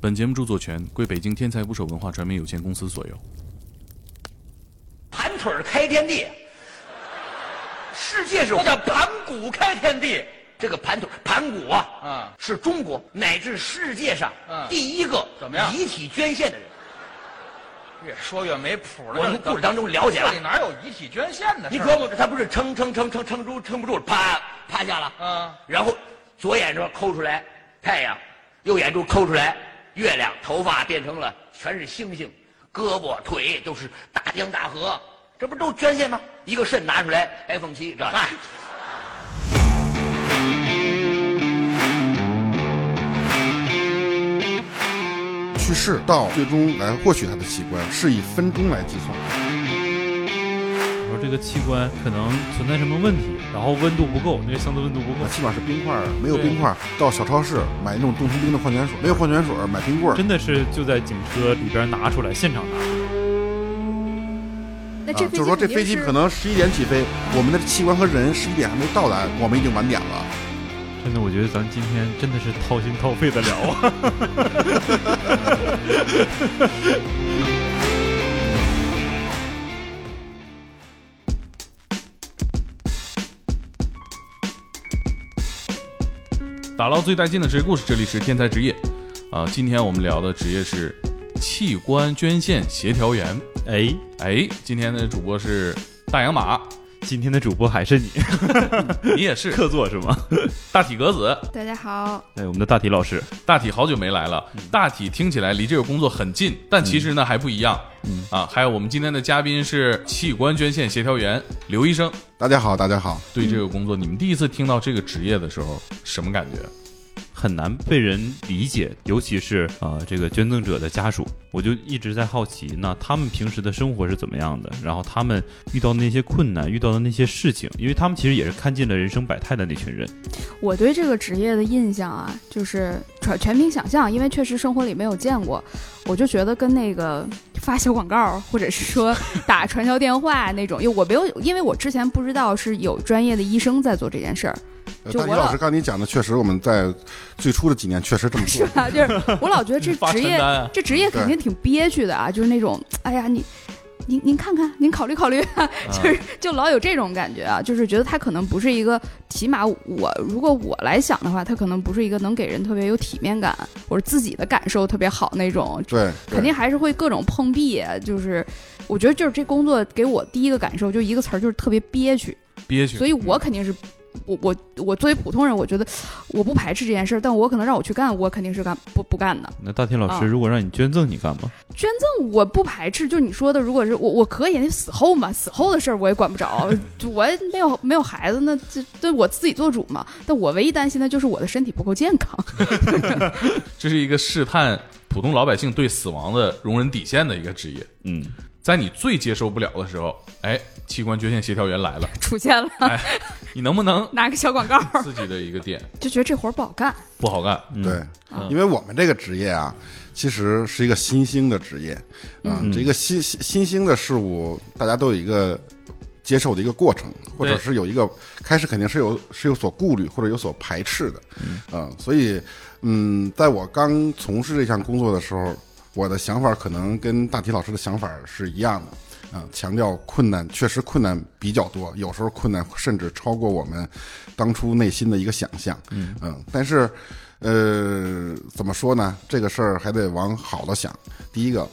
本节目著作权归北京天才捕手文化传媒有限公司所有。盘腿儿开天地，世界是那叫盘古开天地。这个盘腿盘古啊，嗯是中国乃至世界上嗯第一个怎么样遗体捐献的人。越说越没谱了。我从故事当中了解这了里，哪有遗体捐献的事你儿？琢磨着他不是撑撑撑撑撑住撑不住，啪趴下了，嗯然后左眼珠抠出来太阳，右眼珠抠出来月亮，头发变成了全是星星，胳膊腿都是大江大河，这不都捐献吗？一个肾拿出来，iPhone 七， 这嗨。去世到最终来获取它的器官，是以分钟来计算。说这个器官可能存在什么问题，然后温度不够，那个箱子温度不够那，起码是冰块儿，没有对冰块儿，到小超市买那种冻成冰的矿泉水，没有矿泉水买冰棍儿。真的是就在警车里边拿出来，现场拿出来。那啊这，飞机、就是说这飞机可能十一点起飞，我们的器官和人十一点还没到达，我们已经晚点了。真的，我觉得咱今天真的是掏心掏肺的聊 啊。打捞最带劲的职业故事，这里是天才职业。啊、今天我们聊的职业是器官捐献协调员。哎，哎，今天的主播是大洋马，今天的主播还是你，你也是客座是吗？ 大体格子，大家好，哎，我们的大体老师，大体好久没来了，大体听起来离这个工作很近，但其实呢还不一样。嗯啊，还有我们今天的嘉宾是器官捐献协调员刘医生。大家好，大家好，对这个工作，你们第一次听到这个职业的时候，什么感觉？很难被人理解，尤其是呃这个捐赠者的家属，我就一直在好奇，那他们平时的生活是怎么样的？然后他们遇到的那些困难，遇到的那些事情，因为他们其实也是看尽了人生百态的那群人。我对这个职业的印象啊，就是全全凭想象，因为确实生活里没有见过，我就觉得跟那个发小广告或者 是说打传销电话那种，因为我没有，因为我之前不知道是有专业的医生在做这件事儿，呃就大体我老老师刚才你讲的，确实我们在最初的几年确实这么是 做。吧？就是我老觉 得这发职传业单啊这职业肯定挺憋屈的啊，就是那种，哎呀，你，您您看看，您考虑考虑，啊就是就老有这种感觉啊，就是觉得他可能不是一个，起码我如果我来想的话，他可能不是一个能给人特别有体面感，或者自己的感受特别好那种，对，对肯定还是会各种碰壁，啊就是。我觉得就是这工作给我第一个感受就一个词儿，就是特别憋屈，憋屈。所以我肯定是，我我我作为普通人，我觉得我不排斥这件事儿，但我可能让我去干，我肯定是干不不干的。那大天老师，啊如果让你捐赠，你干吗？捐赠我不排斥，就是你说的，如果是我我可以，那死后嘛，死后的事儿我也管不着， 就我也没有没有孩子，那这这我自己做主嘛。但我唯一担心的就是我的身体不够健康， 这是一个试探普通老百姓对死亡的容忍底线的一个职业。嗯，在你最接受不了的时候，哎，器官捐献协调员来了，出现了你能不能拿个小广告，自己的一个点 就觉得这活儿不好干。不好干？对，因为我们这个职业啊，其实是一个新兴的职业，啊，这个新新新兴的事物，大家都有一个接受的一个过程，或者对是有一个开始肯定是有是有所顾虑或者有所排斥的，啊，所以，嗯，在我刚从事这项工作的时候，我的想法可能跟大体老师的想法是一样的。啊，强调困难，确实困难比较多，有时候困难甚至超过我们当初内心的一个想象。嗯但是，呃，怎么说呢？这个事儿还得往好了想。第一个，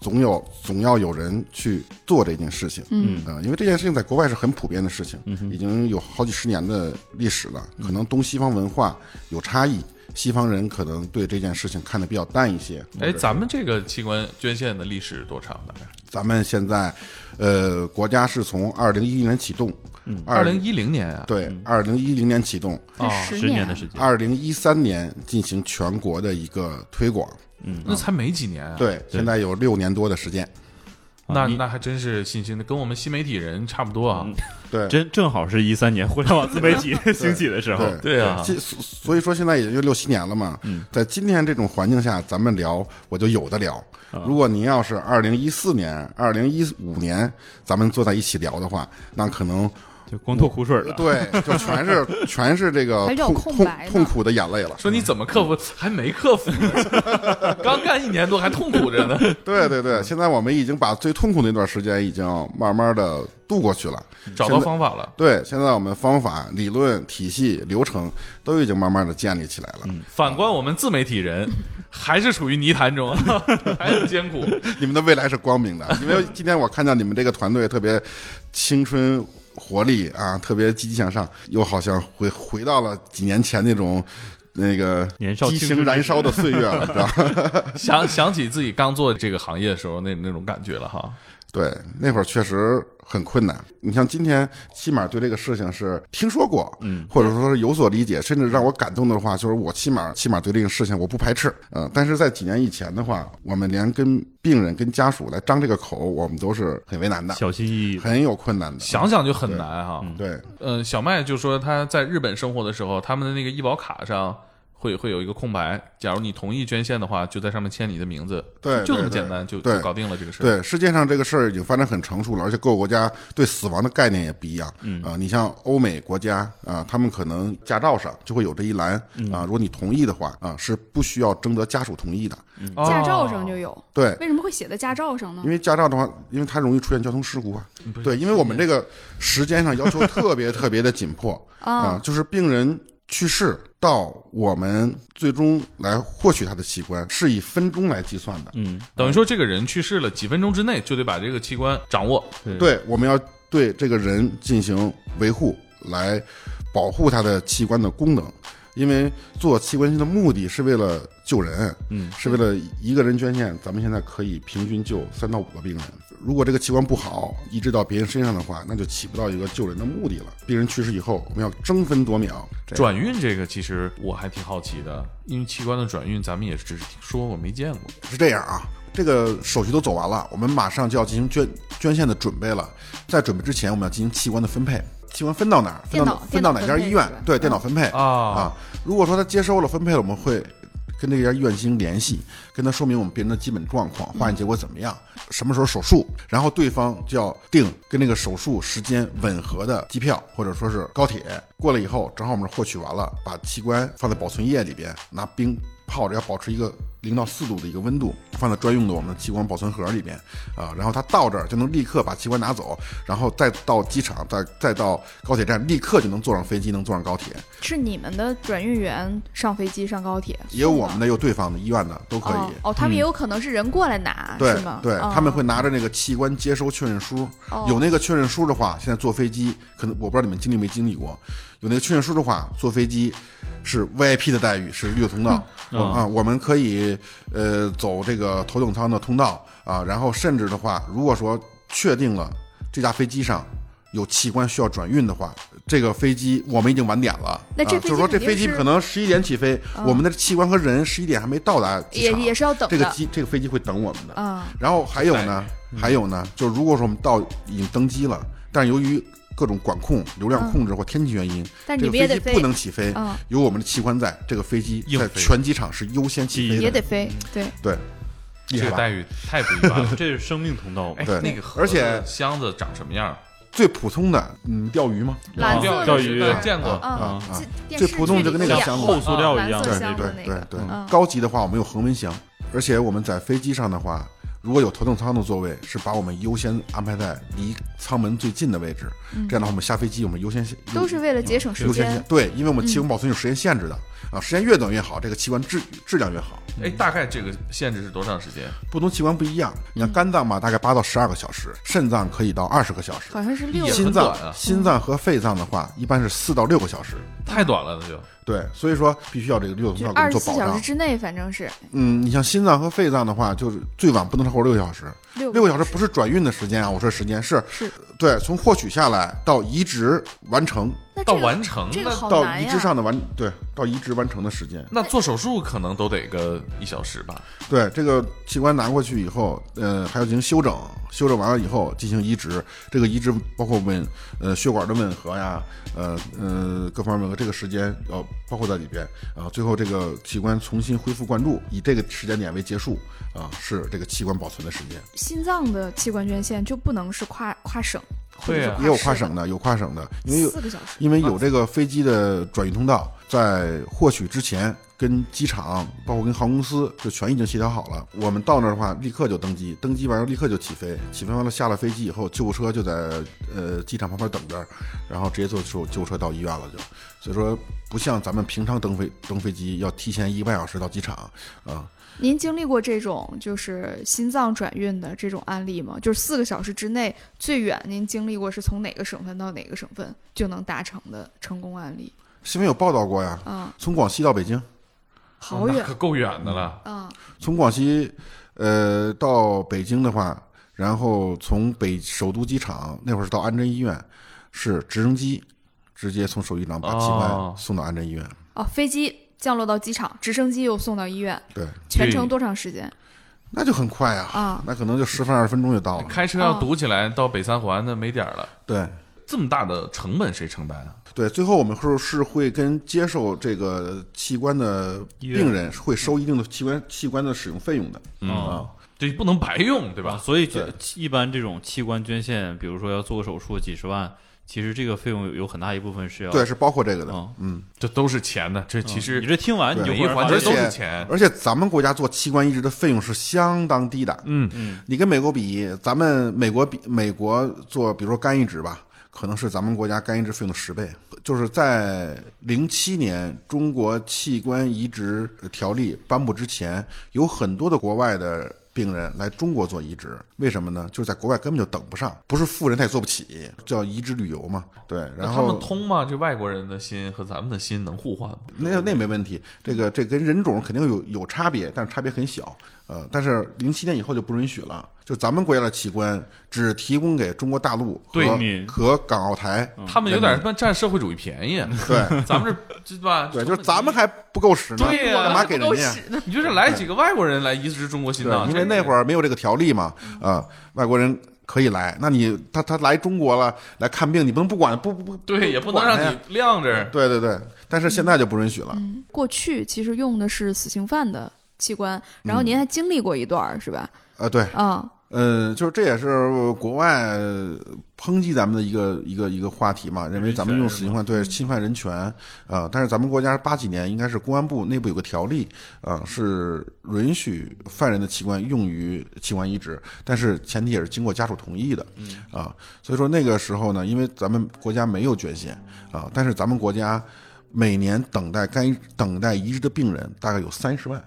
总有总要有人去做这件事情，嗯、因为这件事情在国外是很普遍的事情，已经有好几十年的历史了。可能东西方文化有差异，西方人可能对这件事情看得比较淡一些。哎，咱们这个器官捐献的历史多长？大概咱们现在，呃，国家是从二零一一年启动，二零一零年啊，对，二零一零年启动，这十年的时间，二零一三年进行全国的一个推广。那才没几年啊。，对，现在有六年多的时间。那那还真是新兴的，跟我们新媒体人差不多啊。对，真正好是一三年互联网自媒体 兴起的时候。对对啊其所所以说现在也就六七年了嘛。在今天这种环境下，咱们聊我就有的聊。如果您要是二零一四年、二零一五年咱们坐在一起聊的话，那可能就光吐苦水了。对，就全是 全是这个还是有痛空痛白呢痛苦的眼泪了。说你怎么克服？还没克服， 刚干一年多，还痛苦着呢。对对对，现在我们已经把最痛苦那段时间已经慢慢的度过去了，找到方法了，对，现在我们方法、理论、体系、流程都已经慢慢的建立起来了。反观我们自媒体人，还是处于泥潭中， 还很艰苦。你们的未来是光明的，因为今天我看到你们这个团队特别青春活力啊，特别积极向上，又好像回回到了几年前那种。那个年少激青情春燃烧的岁月了，知道吧？想想起自己刚做这个行业的时候那那种感觉了哈。对，那会儿确实很困难。你像今天，起码对这个事情是听说过，嗯，或者说是有所理解，甚至让我感动的话，就是我起码起码对这个事情我不排斥，呃，但是在几年以前的话，我们连跟病人、跟家属来张这个口，我们都是很为难的，小心翼翼，很有困难的。想想就很难哈。对，嗯、小麦就说他在日本生活的时候，他们的那个医保卡上会会有一个空白，假如你同意捐献的话，就在上面签你的名字，对就这么对对简单，就对就搞定了这个事。，对，世界上这个事儿已经发展很成熟了，而且各个国家对死亡的概念也不一样。嗯啊、你像欧美国家啊、他们可能驾照上就会有这一栏啊、如果你同意的话啊、是不需要征得家属同意的。哦驾照上就。有，对，为什么会写在驾照上呢哦因？为驾照的话，因为它容易出现交通事故啊。对，因为我们这个时间上要求 特别特别的紧 迫啊、啊，就是病人去世到我们最终来获取他的器官，是以分钟来计算的。嗯，等于说这个人去世了，几分钟之内就得把这个器官掌握。对对，我们要对这个人进行维护，来保护他的器官的功能。因为做器官捐献的目的是为了救人，嗯，是为了一个人捐献，咱们现在可以平均救三到五个病人。如果这个器官不好，移植到别人身上的话，那就起不到一个救人的目的了。病人去世以后，我们要争分夺秒，这转运这个其实我还挺好奇的，因为器官的转运咱们也只是听说过没见过。是这样啊，这个手续都走完了，我们马上就要进行捐捐献的准备了。在准备之前，我们要进行器官的分配，器官分到哪儿？分电到脑分到哪电家脑分配医院是吧？对，嗯电脑分配啊如果说他接收了分配了，我们会跟这家医院进行联系，跟他说明我们病人的基本状况、化验结果怎么样，什么时候手术，然后对方就要订跟那个手术时间吻合的机票或者说是高铁。过了以后，正好我们获取完了，把器官放在保存液里边，拿冰泡着，要保持一个零到四度的一个温度，放在专用的我们的器官保存盒里边啊、然后他到这儿就能立刻把器官拿走，然后再到机场，再再到高铁站，立刻就能坐上飞机，能坐上高铁。是你们的转运员上飞机、上高铁，也有我们的的，也有对方的医院的，都可以。哦哦，他们也有可能是人过来拿，对是吗？对，哦他们会拿着那个器官接收确认书，哦有那个确认书的话，现在坐飞机，可能我不知道你们经历没经历过，有那个确认书的话，坐飞机是 VIP 的待遇，是绿通道、嗯。我啊，我们可以呃走这个头等舱的通道啊，然后甚至的话，如果说确定了这架飞机上。有器官需要转运的话，这个飞机我们已经晚点了。那这啊、飞机就是说，这肯定飞机是可能十一点起飞，我们的器官和人十一点还没到达机也场，也是要等这个的机这个飞机会等我们的。啊，然后还有呢，嗯还有呢，就是如果说我们到已经登机了，但是由于各种管控、流量控制或天气原因，但这你个们也飞得机飞不能起飞嗯。有我们的器官在，这个飞机硬在飞全机场是优先起也飞的。得飞，对，对，厉这害个吧？待遇太不一般了这是生命通道嘛哎，对那个盒而且子箱子长什么样？最普通的，嗯，钓鱼吗？蓝色钓哦的钓是鱼吧对见过啊啊啊这电最视普通剧就里跟那个演箱过子后塑料一蓝样色对箱对子那对个，对嗯，高级的话我们有恒温箱，而且我们在飞机上的话，如果有头等舱的座位，是把我们优先安排在离舱门最近的位置。这样的话，我们下飞机我们优先嗯都是为了节省时优先间性。对，因为我们器官保存有时间限制的、啊，时间越短越好，这个器官质质量越好。哎，大概这个限制是多长时间？不同器官不一样，你看肝脏嘛，大概八到十二个小时，肾脏可以到二十个小时，好像是六也心很脏、短啊心脏和肺脏的话，一般是四到六个小时。太短了，那就对，所以说必须要这个六个就通道给我二们十做四保小障时。之内，反正是嗯，你像心脏和肺脏的话，就是最晚不能超过六个小时。六六个小时不是转运的时间啊，我说时间是是对，从获取下来到移植完成，那这到个完成这个那好到难移呀植上的完，对，到移植完成的时间。那做手术可能都得个一小时吧。对，这个器官拿过去以后，呃，还要进行修整，修整完了以后进行移植。这个移植包括吻，呃，血管的吻合呀，呃呃，各方面的这个时间要包括在里边啊。最后这个器官重新恢复灌注，以这个时间点为结束啊，是这个器官保存的时间。啊心脏的器官捐献就不能是跨跨省，对呀、也有跨省的，有跨省的，因为有四个小时，啊因为有这个飞机的转运通道，在获取之前跟机场，包括跟航空公司，就全已经协调好了。我们到那儿的话，立刻就登机，登机完了立刻就起飞，起飞完了下了飞机以后，救护车就在呃机场旁边等着，然后直接坐救救护车到医院了就。所以说，不像咱们平常登飞登飞机要提前一个半小时到机场啊、您经历过这种就是心脏转运的这种案例吗？就是四个小时之内最远您经历过是从哪个省份到哪个省份就能达成的成功案例新闻有报道过呀，啊、从广西到北京，嗯好那远可够远的了。啊、从广西，呃，到北京的话，然后从北首都机场那会儿是到安贞医院，是直升机直接从首机场把哦齐白送到安贞医院。哦！飞机降落到机场，直升机又送到医院，对，全程多长时间？那就很快啊，啊那可能就十分二十分钟就到了。开车要堵起来到北三环，那没点儿了。对这么大的成本谁承担啊？对，最后我们会是会跟接受这个器官的医院病人会收一定的器官器官的使用费用的。嗯啊，这不能白用，对啊，吧？所以就一般这种器官捐献，比如说要做个手术几十万，其实这个费用有有很大一部分是要对，是包括这个的。嗯嗯，这都是钱呢。这其你实这听完你就每会嗯一环节发而都现是且钱。而且咱们国家做器官移植的费用是相当低的。嗯嗯，你跟美国比，咱们美国比美国做，比如说肝移植吧，可能是咱们国家肝移植费用的十倍。就是在零七年中国器官移植条例颁布之前，有很多的国外的。病人来中国做移植，为什么呢？就是在国外根本就等不上，不是富人他也做不起，叫移植旅游嘛。对，那然他后们通吗？这外国人的心和咱们的心能互换吗？那那没问题，这个这跟人种肯定有有差别，但是差别很小。呃，但是零七年以后就不允许了，就咱们国家的器官只提供给中国大陆和对你和港澳台。他们有点他妈占社会主义便宜。啊 对咱们这对吧？对，就是咱们还不够使呢，对呀干嘛给人够家？使的，你就是来几个外国人来移植中国心脏，对，因为那会儿儿没有这个条例嘛，啊、外国人可以来，那你他他来中国了来看病，你不能不管，不不不，对也不能管让他你呀晾着。对对对，但是现在就不允许了。嗯，过去其实用的是死刑犯的器官，然后嗯您还经历过一段儿是吧？啊，对，啊、嗯，就是这也是国外呃抨击咱们的一个一个一个话题嘛，认为咱们用死刑犯对侵犯人权啊、呃但是咱们国家八几年应该是公安部内部有个条例啊、呃是允许犯人的器官用于器官移植，但是前提也是经过家属同意的啊、所以说那个时候呢，因为咱们国家没有捐献啊、但是咱们国家每年等待该等待移植的病人大概有三十万。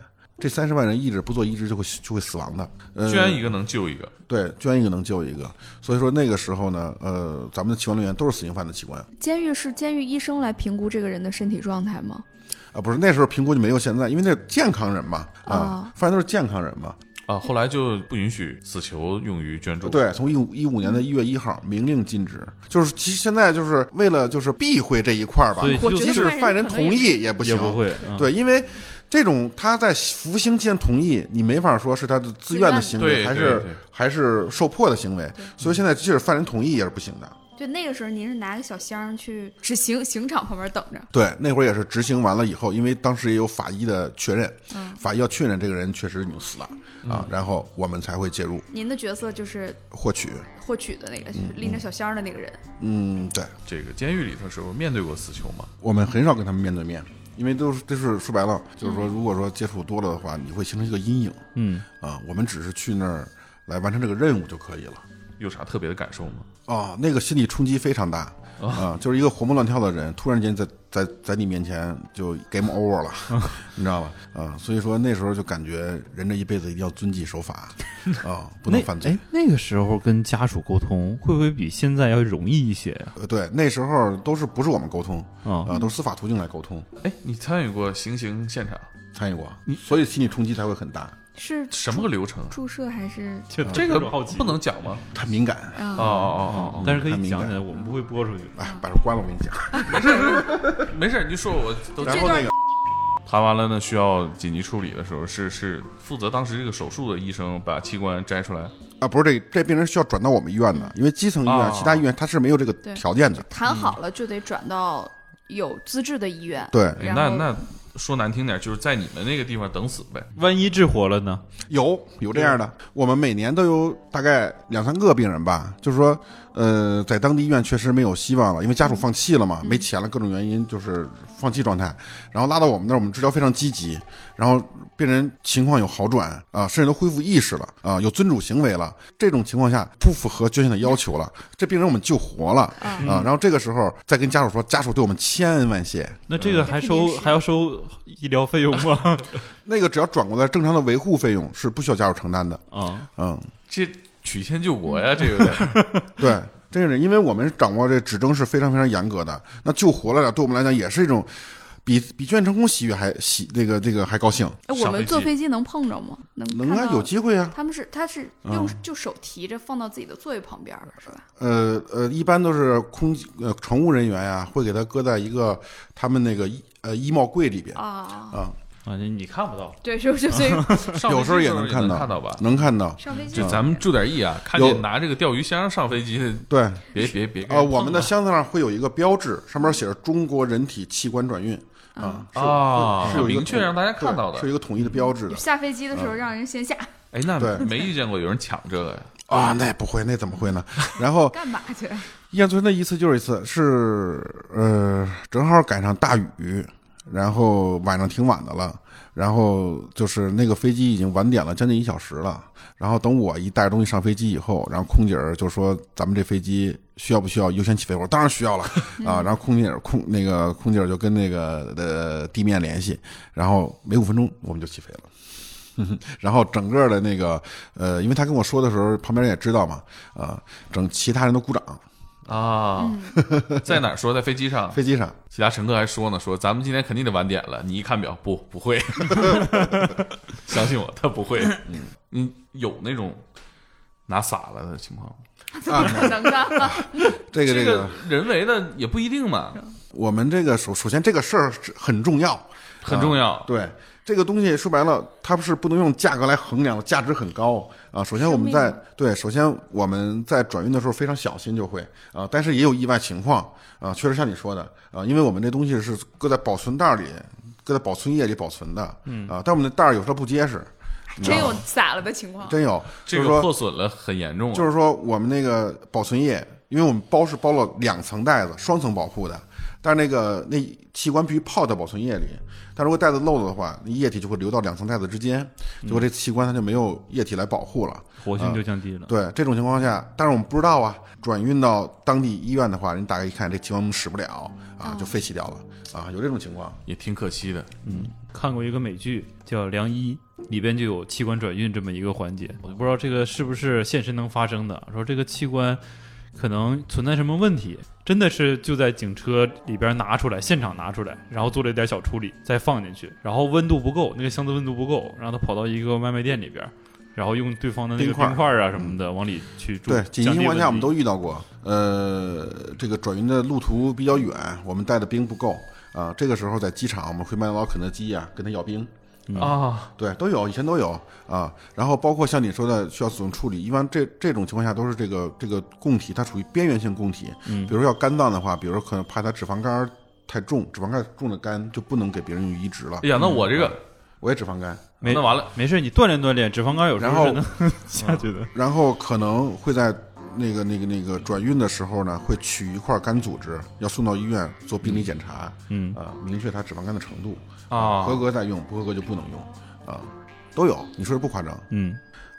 这三十万人一直不做移植就会就会死亡的，呃、捐一个能救一个，对，捐一个能救一个。所以说那个时候呢，呃，咱们的器官来源都是死刑犯的器官监狱是监狱医生来评估这个人的身体状态吗？啊，不是那时候评估就没有现在，因为那是健康人嘛，啊啊，犯人都是健康人嘛。啊，后来就不允许死囚用于捐助。，对，从一五一五年的一月一号明令禁止，就是其实现在就是为了就是避讳这一块儿吧所以，我就觉即得是使犯人可能同意也不也行，不会，嗯对，因为这种他在服刑期间同意，你没法说是他的自愿的行自愿为，的还对是对对还是受迫的行为，所以现在即使犯人同意也是不行的。对，那个时候您是拿个小箱儿去执行刑场旁边等着。对，那会儿也是执行完了以后，因为当时也有法医的确认，法医要确认这个人确实已经死了、啊，然后我们才会介入您的角色就是获取。获取的那个，拎着小箱儿的那个人。嗯，对，这个监狱里头时候面对过死囚吗？我们很少跟他们面对面，因为都是都是说白了，就是说，如果说接触多了的话，你会形成一个阴影。嗯啊，我们只是去那儿来完成这个任务就可以了。有啥特别的感受吗？啊，那个心理冲击非常大啊，就是一个活蹦乱跳的人，突然间在在在你面前就 game over 了，你知道吧？啊，所以说那时候就感觉人这一辈子一定要遵纪守 法啊，不能那犯哎罪。，那个时候跟家属沟通会不会比现在要容易一些啊呀？呃，对，那时候都是不是我们沟通哦啊，都是司法途径来沟通，哎，你参与过行刑现场，参与过，所以心理冲击才会很大，是什么个流程啊？注射还是这个嗯不能讲吗？他敏感。哦哦哦但是可太以敏讲感起来，我们不会播出去。哎，把这关了，我跟你讲。哦，没事儿，你就说我都然后那个谈完了呢，需要紧急处理的时候，是是负责当时这个手术的医生把器官摘出来，啊，不是这这病人需要转到我们医院的，因为基层医院、哦其他医院他是没有这个对条件的。谈好了就得转到有资质的医院。对，哎然那后那说难听点，就是在你们那个地方等死呗。万一治活了呢？有有这样的，我们每年都有大概两三个病人吧，就是说，呃，在当地医院确实没有希望了，因为家属放弃了嘛，没钱了，各种原因就是放弃状态，然后拉到我们那儿，我们治疗非常积极，然后病人情况有好转啊，甚至都恢复意识了啊，有尊主行为了，这种情况下不符合捐献的要求了，这病人我们救活了啊，然后这个时候再跟家属说，家属对我们千恩万谢，那这个还收还要收医疗费用吗？ 那个只要转过来，正常的维护费用是不需要家属承担的，啊，嗯。这曲线救国呀，这有点。对，这是因为我们掌握这指征是非常非常严格的，那救活了俩，对我们来讲也是一种比比卷成功喜悦还喜这个这个还高兴，嗯哎，我们坐飞机能碰着吗？能能看啊到有机会啊，他们是他是用就手提着放到自己的座位旁边儿是吧？呃呃，一般都是空呃乘务人员呀、会给他搁在一个他们那个衣呃衣帽柜里边，啊，啊，你你看不到，对，就就所以有时候也能看嗯看到吧？能看到，上飞机就咱们注点意啊，看见拿这个钓鱼箱上飞机的，对，别别别给呃，我们的碰箱子上会有一个标志，上面写着“中国人体器官转运”嗯啊，是啊，是有一个明确让大家看到对是的。嗯一个统一的标志的下飞机的时候让人先下，哎，那对没遇见过有人抢这个呀？啊，那不会，那怎么会呢？然后干嘛去？啊燕村的一次就是一次，是呃，正好赶上大雨，然后晚上挺晚的了，然后就是那个飞机已经晚点了，将近一小时了。然后等我一带着东西上飞机以后，然后空姐儿就说：“咱们这飞机需要不需要优先起飞？”我说：“当然需要了啊！”然后空姐儿空那个空姐儿就跟那个呃地面联系，然后没五分钟我们就起飞了。 然后整个的那个，呃，因为他跟我说的时候，旁边人也知道嘛，啊、整其他人都鼓掌，啊，在哪儿说？在飞机上。飞机上，其他乘客还说呢，说咱们今天肯定得晚点了。你一看表，不不 会，相信我，他不会。嗯，你有那种拿洒了的情况吗？怎么可能呢？这个这个，人为的也不一定嘛，我们这个首首先这个事儿是很重要，很重要。对这个东西说白了，它不是不能用价格来衡量，价值很高啊。首先我们在对，首先我们在转运的时候非常小心就会啊，但是也有意外情况啊，确实像你说的啊，因为我们这东西是搁在保存袋儿里，搁在保存液里保存的，嗯啊，但我们的袋儿有时候不结实，啊真有洒了的情况，真有，这就是个说破损了很严重啊，就是说我们那个保存液，因为我们包是包了两层袋子，双层保护的，但是那个那器官必须泡在保存液里，但如果袋子漏了的话，那液体就会流到两层袋子之间，结果这器官它就没有液体来保护了。活性就降低了。对这种情况下，但是我们不知道啊，转运到当地医院的话，人大概一看这器官我们使不了啊，就废弃掉了啊，有这种情况。也挺可惜的。看过一个美剧叫《良医》，里边就有器官转运这么一个环节，我就不知道这个是不是现实能发生的。说这个器官可能存在什么问题，真的是就在警车里边拿出来，现场拿出来，然后做了一点小处理，再放进去，然后温度不够，那个箱子温度不够，让它跑到一个外卖店里边。然后用对方的那冰个块嗯冰块啊什么的往里去注，对，紧急降低情况下温我们度都遇到过。呃，这个转运的路途比较远，我们带的冰不够啊、这个时候在机场，我们会麦当劳、肯德基呀、跟他要冰。嗯啊，对，都有，以前都有啊。然后包括像你说的需要怎么处理，一般这这种情况下都是这个这个供体它属于边缘性供体，嗯，比如说要肝脏的话，比如说可能怕它脂肪肝儿太重，脂肪肝重的肝就不能给别人用移植了哎。呀，那我这嗯个我也脂肪肝，没那完了，没事，你锻炼锻炼，脂肪肝有时然候后是能 下去的。然后可能会在那个那个那个转运的时候呢，会取一块肝组织，要送到医院做病理检查，嗯啊、明确它脂肪肝的程度啊合格再用，不合格就不能用啊、都有。你说这不夸张？嗯，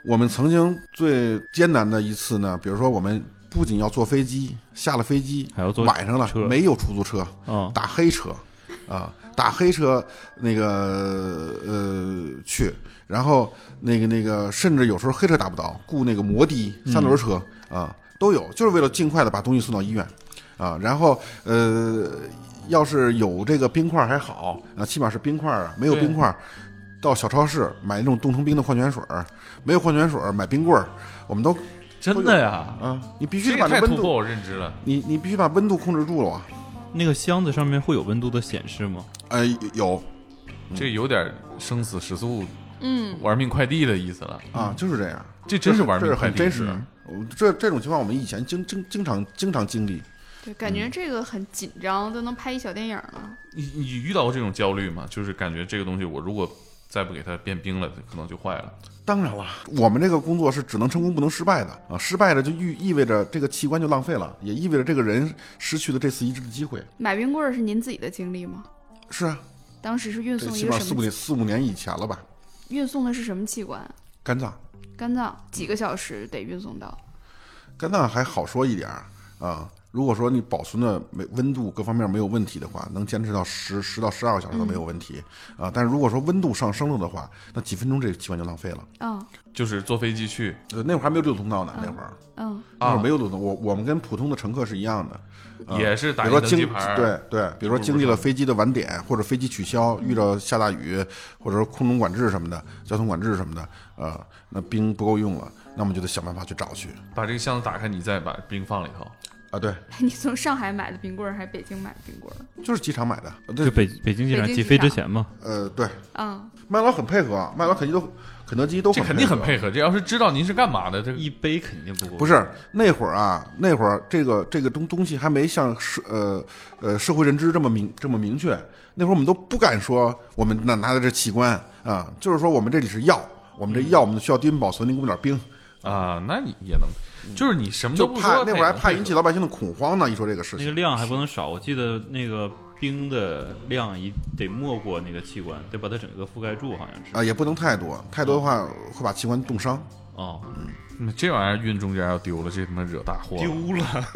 我们曾经最艰难的一次呢，比如说我们不仅要坐飞机，下了飞机还要坐晚上了车，没有出租车，嗯打黑车，啊，打黑车那个呃去，然后那个那个，甚至有时候黑车打不到，雇那个摩的、三嗯轮车、啊都有，就是为了尽快的把东西送到医院，啊，然后呃，要是有这个冰块还好啊，起码是冰块啊，没有对冰块。到小超市买那种冻成冰的矿泉水儿，没有矿泉水儿买冰棍儿，我们都真的呀，啊，你必须这得也把太这温突破度，我认知了。你你必须把温度控制住了啊。那个箱子上面会有温度的显示吗？呃，有嗯这有点生死时速，嗯，玩命快递的意思了。啊，就是这样。嗯这真是玩这命是快递，很真实。我这这种情况，我们以前经经经常经常经历对，感觉这个很紧张，都能拍一小电影了。你你遇到过这种焦虑吗？就是感觉这个东西我如果再不给它变冰了，可能就坏了。当然了，我们这个工作是只能成功不能失败的啊，失败了就意意味着这个器官就浪费了，也意味着这个人失去了这次移植的机会。买冰棍儿是您自己的经历吗？ 是啊，当时是运这送一起个码什四五么年？四五年以前了吧？运送的是什么器官？肝脏，肝脏几个小时得运送到？肝脏还好说一点儿啊。如果说你保存的没温度各方面没有问题的话，能坚持到十十到十二个小时都没有问题、嗯啊。但是如果说温度上升了的话，那几分钟这个器官就浪费了。嗯就是坐飞机去，呃，那会儿还没有六通道呢，那会儿嗯，那会儿没有六通道，我我们跟普通的乘客是一样的。啊呃也是打嗯一比如说登经机牌，，对对，比如说经历不了是飞机的晚点，或者飞机取消，遇到下大雨，或者说空中管制什么的，交通管制什么的，呃，那冰不够用了，那我们就得想办法去找去把这个箱子打开，你再把冰放里头。啊。对，你从上海买的冰棍儿还是北京买的冰棍儿？就是机场买的，呃就对，北北京机场北京起机飞之场前嘛，呃，对，嗯，麦当劳很配合啊，麦当劳肯定都肯德基都这肯定很配合。合。这要是知道您是干嘛的，这个一杯肯定不够。不是那会儿啊，那会儿这个这个东东西还没像社呃呃社会认知这么明这么明确，那会儿我们都不敢说我们拿拿的这器官啊，就是说我们这里是药，我们这药我们需要低温保存，您给我们点冰，啊，那你也能，就是你什么就都不怕说，那会儿还怕引起老百姓的恐慌呢。一说这个事那个情，量还不能少，我记得那个冰的量一得没过那个器官，得把它整个覆盖住，好像是。啊，也不能太多，太多的话会把器官冻伤。哦，嗯这玩意儿运中间要丢了，这他妈惹大祸了。了。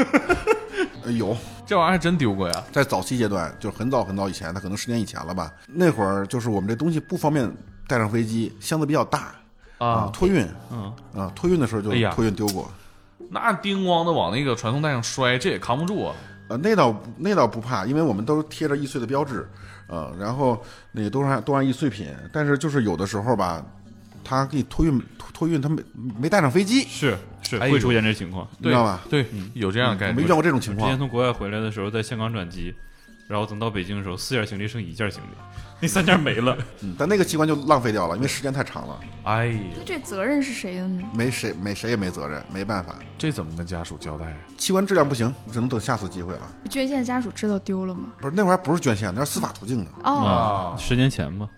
呃有这玩意儿还真丢过呀。在早期阶段，就是很早很早以前，他可能十年以前了吧，那会儿就是我们这东西不方便带上飞机，箱子比较大啊，托运嗯，啊，托运的时候就哎呀托运丢过。嗯那叮咣的往那个传送带上摔，这也扛不住啊。呃，那倒不那倒不怕，因为我们都贴着易碎的标志，呃，然后那都是都按易碎品，但是就是有的时候吧，他给你托运托托运，他没没带上飞机，是是哎呦会出现这情况。你知道吧？嗯对，有这样的概我念。没遇到过这种情我之前况，从国外回来的时候，在香港转机，然后等到北京的时候，四件行李剩一件行李， 那三件没了。嗯但那个器官就浪费掉了，因为时间太长了，哎呀，那这责任是谁的呢？没谁没谁也没责任，没办法，这怎么跟家属交代啊？器官质量不行，只能等下次机会了。捐献家属知道丢了吗？不是那会儿还不是捐献，那是司法途径的，哦，啊，十年前吧，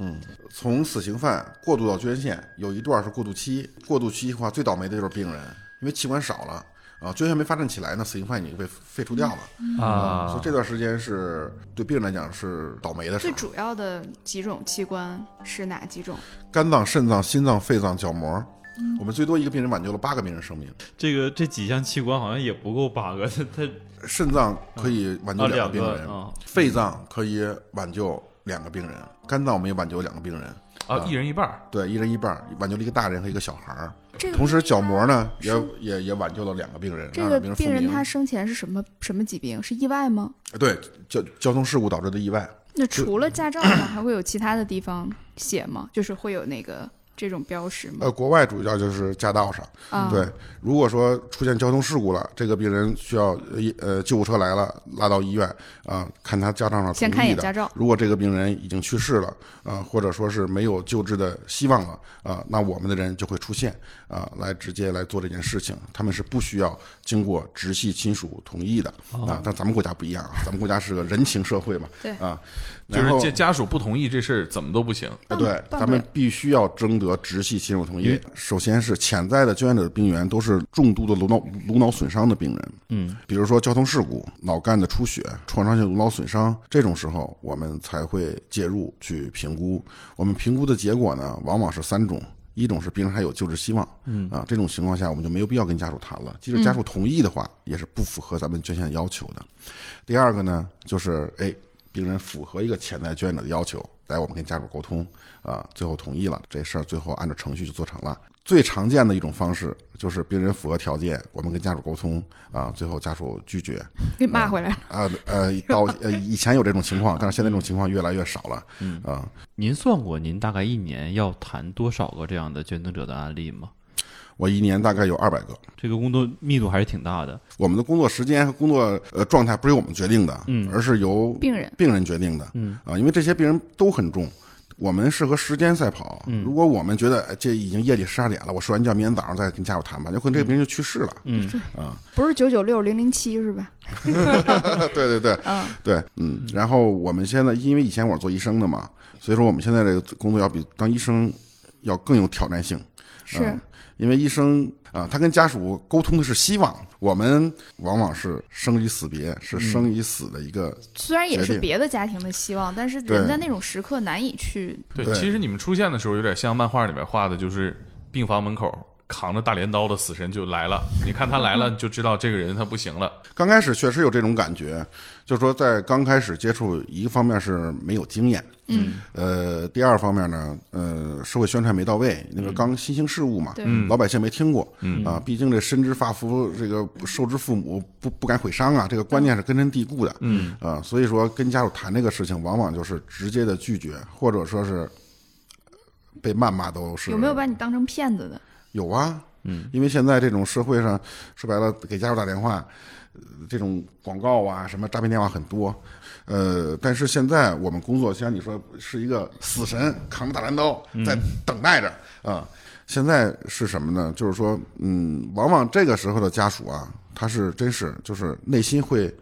从死刑犯过渡到捐献，有一段是过渡期，过渡期的话最倒霉的就是病人，因为器官少了。啊，捐献没发展起来呢，死刑犯已经被废除掉了。嗯啊所以这段时间是对病人来讲是倒霉的事最儿。主要的几种器官是哪几种？肝脏、肾脏、心脏、肺脏、角膜，我们最多一个病人挽救了八个病人生命。这个这几项器官好像也不够八个，它它肾脏可以挽救啊两两个病个人啊，肺脏可以挽救两个病人，肝脏我们也挽救两个病人。啊，一人一半儿对，一人一半儿，挽救了一个大人和一个小孩儿。这个同时，角膜呢也也也挽救了两个病人，这让个两病人复病人明他。生前是什么什么疾病？是意外吗？对，交交通事故导致的意外。那除了驾照上，还会有其他的地方写吗？就是会有那个这种标识吗？呃，国外主要就是驾道上，啊，对，如果说出现交通事故了，这个病人需要呃一呃救护车来了，拉到医院啊、看他驾照上先同看一意眼的驾照如果这个病人已经去世了啊、或者说是没有救治的希望了啊、那我们的人就会出现啊、来直接来做这件事情。他们是不需要经过直系亲属同意的啊、哦但咱们国家不一样啊，咱们国家是个人情社会嘛，对啊，就然是后这家属不同意这事儿怎么都不行。啊，办对，咱办不们了必须要征得直系亲属同意。首先是潜在的捐献者的病源都是重度的颅脑颅脑损伤的病人，嗯，比如说交通事故、脑干的出血、创伤性颅脑损伤，这种时候我们才会介入去评估。我们评估的结果呢，往往是三种。一种是病人还有救治希望，嗯啊，这种情况下我们就没有必要跟家属谈了。即使家属同意的话，也是不符合咱们捐献要求的。第二个呢，就是哎，病人符合一个潜在捐献者的要求，来我们跟家属沟通啊，最后同意了，这事儿最后按照程序就做成了。最常见的一种方式就是病人符合条件，我们跟家属沟通啊，最后家属拒绝给骂回来了。啊呃，到呃以前有这种情况，但是现在这种情况越来越少了，嗯啊， 您算过您大概一年要谈多少个这样的捐赠者的案例吗？我一年大概有二百个。这个工作密度还是挺大的。我们的工作时间和工作呃状态不是由我们决定的，嗯，而是由病人病人决定的，嗯啊、因为这些病人都很重，我们是和时间赛跑。如果我们觉得哎这已经夜里十二点了，我睡完觉明天早上再跟家属谈吧，有可能这个病人就去世了。嗯啊，不是九九六零零七是吧？ 对对对，嗯对，嗯。然后我们现在因为以前我是做医生的嘛，所以说我们现在这个工作要比当医生要更有挑战性。是、嗯因为医生啊、他跟家属沟通的是希望，我们往往是生与死别，是生与死的一个。虽然嗯也决是定别的家庭的希望，但是对人在那种时刻难以去，对，对其实你们出现的时候有点像漫画里面画的，就是病房门口扛着大镰刀的死神就来了。你看他来了，你就知道这个人他不行了。刚开始确实有这种感觉，就是说在刚开始接触，一个方面是没有经验，嗯，呃，第二方面呢，呃，社会宣传没到位，那个刚新兴事物嘛，对老百姓没听过，啊，毕竟这身之发肤，这个受之父母，不不敢毁伤啊，这个观念是根深蒂固的，嗯，啊，所以说跟家属谈这个事情，往往就是直接的拒绝，或者说是被谩骂都是有没有把你当成骗子的？有啊，嗯，因为现在这种社会上，说白了，给家属打电话，呃这种广告啊，什么诈骗电话很多。呃，但是现在我们工作，像你说是一个死神扛着大镰刀在等待着啊、现在是什么呢？就是说，嗯，往往这个时候的家属啊，他是真是就是内心会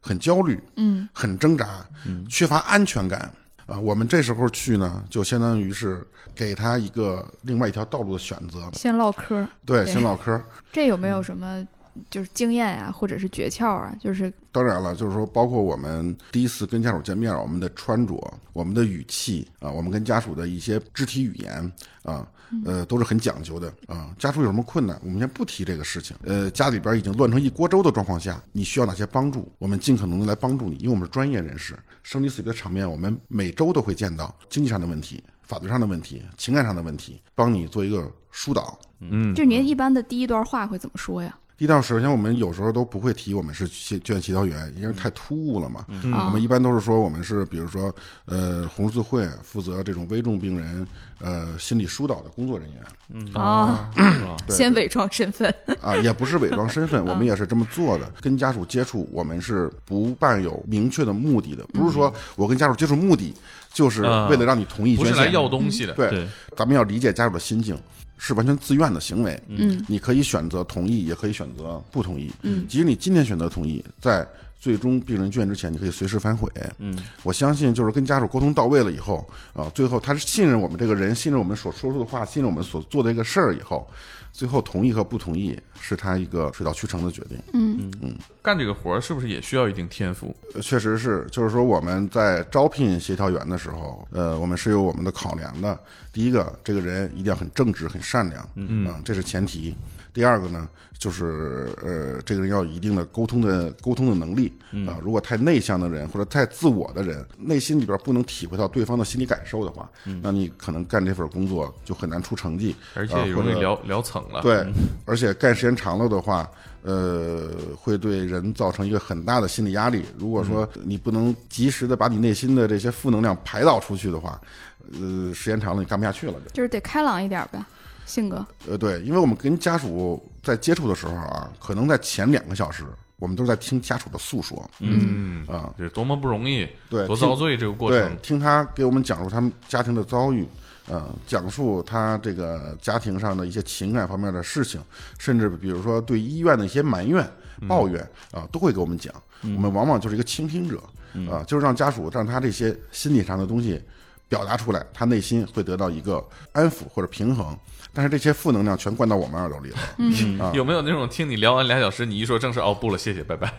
很焦虑，嗯，很挣扎，嗯，缺乏安全感啊。我们这时候去呢，就相当于是给他一个另外一条道路的选择，先唠嗑儿，对，对先唠嗑儿。这有没有什么就是经验呀、或者是诀窍啊？就是当然了，就是说，包括我们第一次跟家属见面，我们的穿着、我们的语气啊，我们跟家属的一些肢体语言啊，呃，都是很讲究的啊。家属有什么困难，我们先不提这个事情。呃，家里边已经乱成一锅粥的状况下，你需要哪些帮助，我们尽可能的来帮助你，因为我们是专业人士。生离死别的场面，我们每周都会见到经济上的问题、法律上的问题、情感上的问题，帮你做一个疏导。嗯就您一般的第一段话会怎么说呀？地道首先我们有时候都不会提我们是协捐协调员，因为太突兀了嗯嘛。我们一般都是说我们是比如说呃红十字会负责这种危重病人呃心理疏导的工作人员哦啊，先伪装身份， 啊，也不是伪装身份，我们也是这么做的。跟家属接触，我们是不伴有明确的目的的，不是说我跟家属接触目的就是为了让你同嗯意啊不捐是来献。嗯要东西的，对，对咱们要理解家属的心境，是完全自愿的行为。嗯，你可以选择同意，也可以选择不同意。嗯，即使你今天选择同意，在最终病人捐之前，你可以随时反悔。嗯，我相信就是跟家属沟通到位了以后，啊，最后他是信任我们这个人，信任我们所说出的话，信任我们所做的一个事儿以后，最后同意和不同意是他一个水到渠成的决定。干这个活儿是不是也需要一定天赋？呃确实是，就是说我们在招聘协调员的时候，呃，我们是有我们的考量的。第一个，这个人一定要很正直、很善良，嗯、这是前提。第二个呢，就是呃，这个人要有一定的沟通的沟通的能力啊、如果太内向的人或者太自我的人，内心里边不能体会到对方的心理感受的话，那你可能干这份工作就很难出成绩，而且啊也容或易者聊聊蹭了。，对，而且干时间长了的话，呃，会对人造成一个很大的心理压力。如果说你不能及时的把你内心的这些负能量排导出去的话，呃，时间长了你干不下去了就。就是得开朗一点呗，性格。呃，对，因为我们跟家属在接触的时候啊，可能在前两个小时，我们都是在听家属的诉说，嗯啊，这多么不容易，对多遭罪这个过对程，。听他给我们讲述他们家庭的遭遇，呃，讲述他这个家庭上的一些情感方面的事情，甚至比如说对医院的一些埋怨、抱怨嗯啊、都会给我们讲。我们往往就是一个倾听者啊、就是让家属让他这些心理上的东西表达出来，他内心会得到一个安抚或者平衡。但是这些负能量全灌到我们耳朵 里了，啊有没有那种听你聊完俩小时，你一说正事，哦不了，谢谢，拜拜。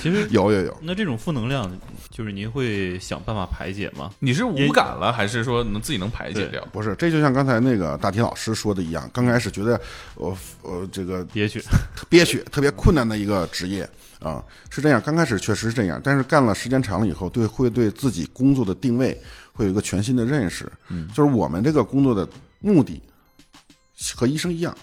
其实有有有，那这种负能量，就是您会想办法排解吗？你是无感了，还是说能自己能排解掉？不是，这就像刚才那个大体老师说的一样，刚开始觉得我呃这个憋屈，憋屈、特别困难的一个职业啊，是这样。刚开始确实是这样，但是干了时间长了以后，对会对自己工作的定位会有一个全新的认识。嗯，就是我们这个工作的目的和医生一样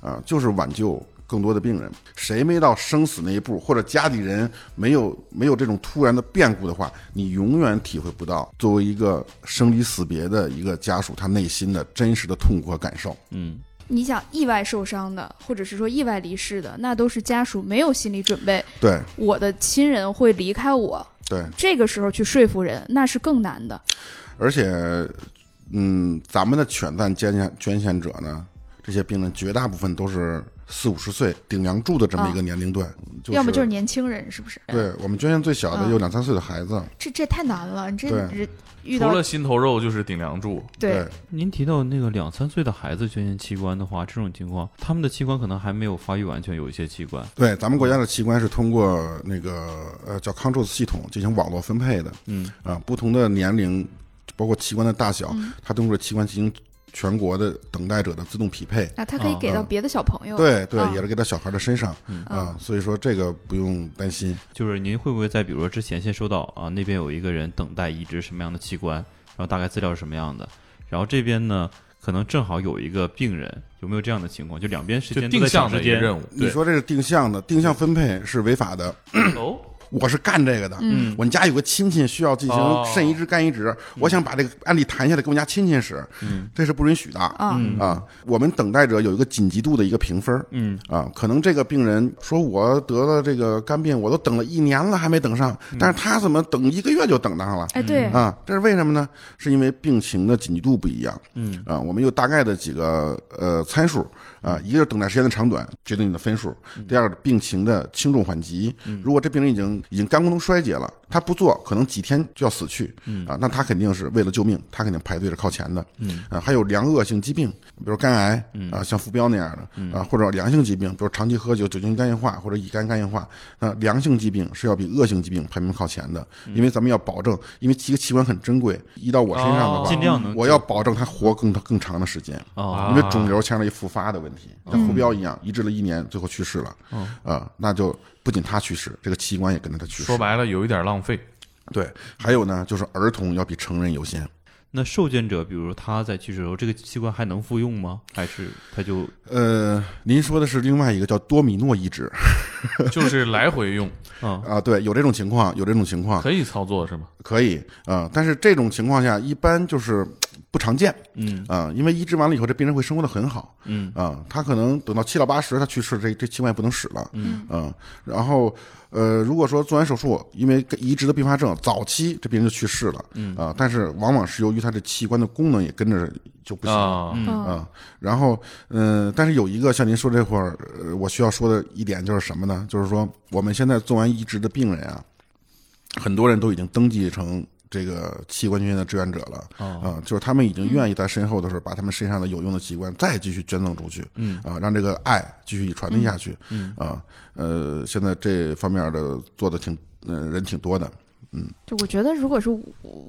啊，就是挽救更多的病人。谁没到生死那一步，或者家里人没有没有这种突然的变故的话，你永远体会不到作为一个生离死别的一个家属他内心的真实的痛苦和感受。嗯，你想意外受伤的，或者是说意外离世的，那都是家属没有心理准备，对我的亲人会离开我，对，这个时候去说服人，那是更难的。而且，嗯，咱们的犬赞捐献捐献者呢，这些病人绝大部分都是四五十岁顶梁柱的这么一个年龄段，就哦要么就是年轻人，是不是？对我们捐献最小的嗯有两三岁的孩子，这这太难了，你这对人遇除到了心头肉就是顶梁柱，对， 您提到那个两三岁的孩子捐献器官的话，这种情况，他们的器官可能还没有发育完全，有一些器官，对，咱们国家的器官是通过那个呃叫 Control 系统进行网络分配的。嗯啊、不同的年龄，包括器官的大小，嗯它通过器官进行全国的等待者的自动匹配。啊，他可以啊给到别的小朋哦友。对对，嗯啊也是给到小孩的身上啊、所以说这个不用担心。就是您会不会在比如说之前先收到啊，那边有一个人等待移植什么样的器官，然后大概资料是什么样的，然后这边呢可能正好有一个病人，有没有这样的情况？就两边时就间都定在向抢的时一个间任务。你说这是定向的，定向分配是违法的。哦， 我是干这个的，嗯，我们家有个亲戚需要进哦行肾移植、肝移植，我想把这个案例谈下来给我们家亲戚使，嗯，这是不允许的啊啊。我们等待者有一个紧急度的一个评分，嗯啊，可能这个病人说我得了这个肝病，我都等了一年了还没等上，但是他怎么等一个月就等上了？哎，对，啊，这是为什么呢？是因为病情的紧急度不一样。嗯啊，我们有大概的几个呃参数啊，一个是等待时间的长短决定你的分数，第二个病情的轻重缓急。如果这病人已经已经肝功能衰竭了，他不做可能几天就要死去。啊，那他肯定是为了救命，他肯定排队是靠前的。嗯啊，还有良恶性疾病，比如肝癌啊，像浮标那样的啊，或者良性疾病，比如长期喝酒、酒精肝硬化或者乙肝肝硬化，那良性疾病是要比恶性疾病排名靠前的，因为咱们要保证，因为这个器官很珍贵，移到我身上的哦话，尽量能我要保证它活更更长的时间。啊。因为肿瘤牵扯一复发的问题，像胡标一样，移植了一年，最后去世了，啊、那就不仅他去世，这个器官也跟着他去世。说白了有一点 浪费。对，还有呢，就是儿童要比成人优先。那受捐者，比如他在去世的时候，这个器官还能复用吗？还是他就呃，您说的是另外一个叫多米诺移植就是来回用，啊？啊，对，有这种情况，有这种情况，可以操作是吗？可以啊、但是这种情况下一般就是不常见嗯啊、因为移植完了以后，这病人会生活的很好，嗯啊、他可能等到七老八十他去世，这这器官也不能使了，嗯然后呃，如果说做完手术，因为移植的并发症早期这病人就去世了，嗯啊、但是往往是由于他这器官的功能也跟着就不行了。啊，嗯，啊，然后，嗯、但是有一个像您说这会儿，呃，我需要说的一点就是什么呢？就是说我们现在做完移植的病人啊，很多人都已经登记成这个器官捐献的志愿者了，啊、就是他们已经愿意在身后的时候把他们身上的有用的器官再继续捐赠出去，嗯，啊、让这个爱继续传递下去，嗯，啊、呃，现在这方面的做的挺，嗯、人挺多的，就我觉得，如果是我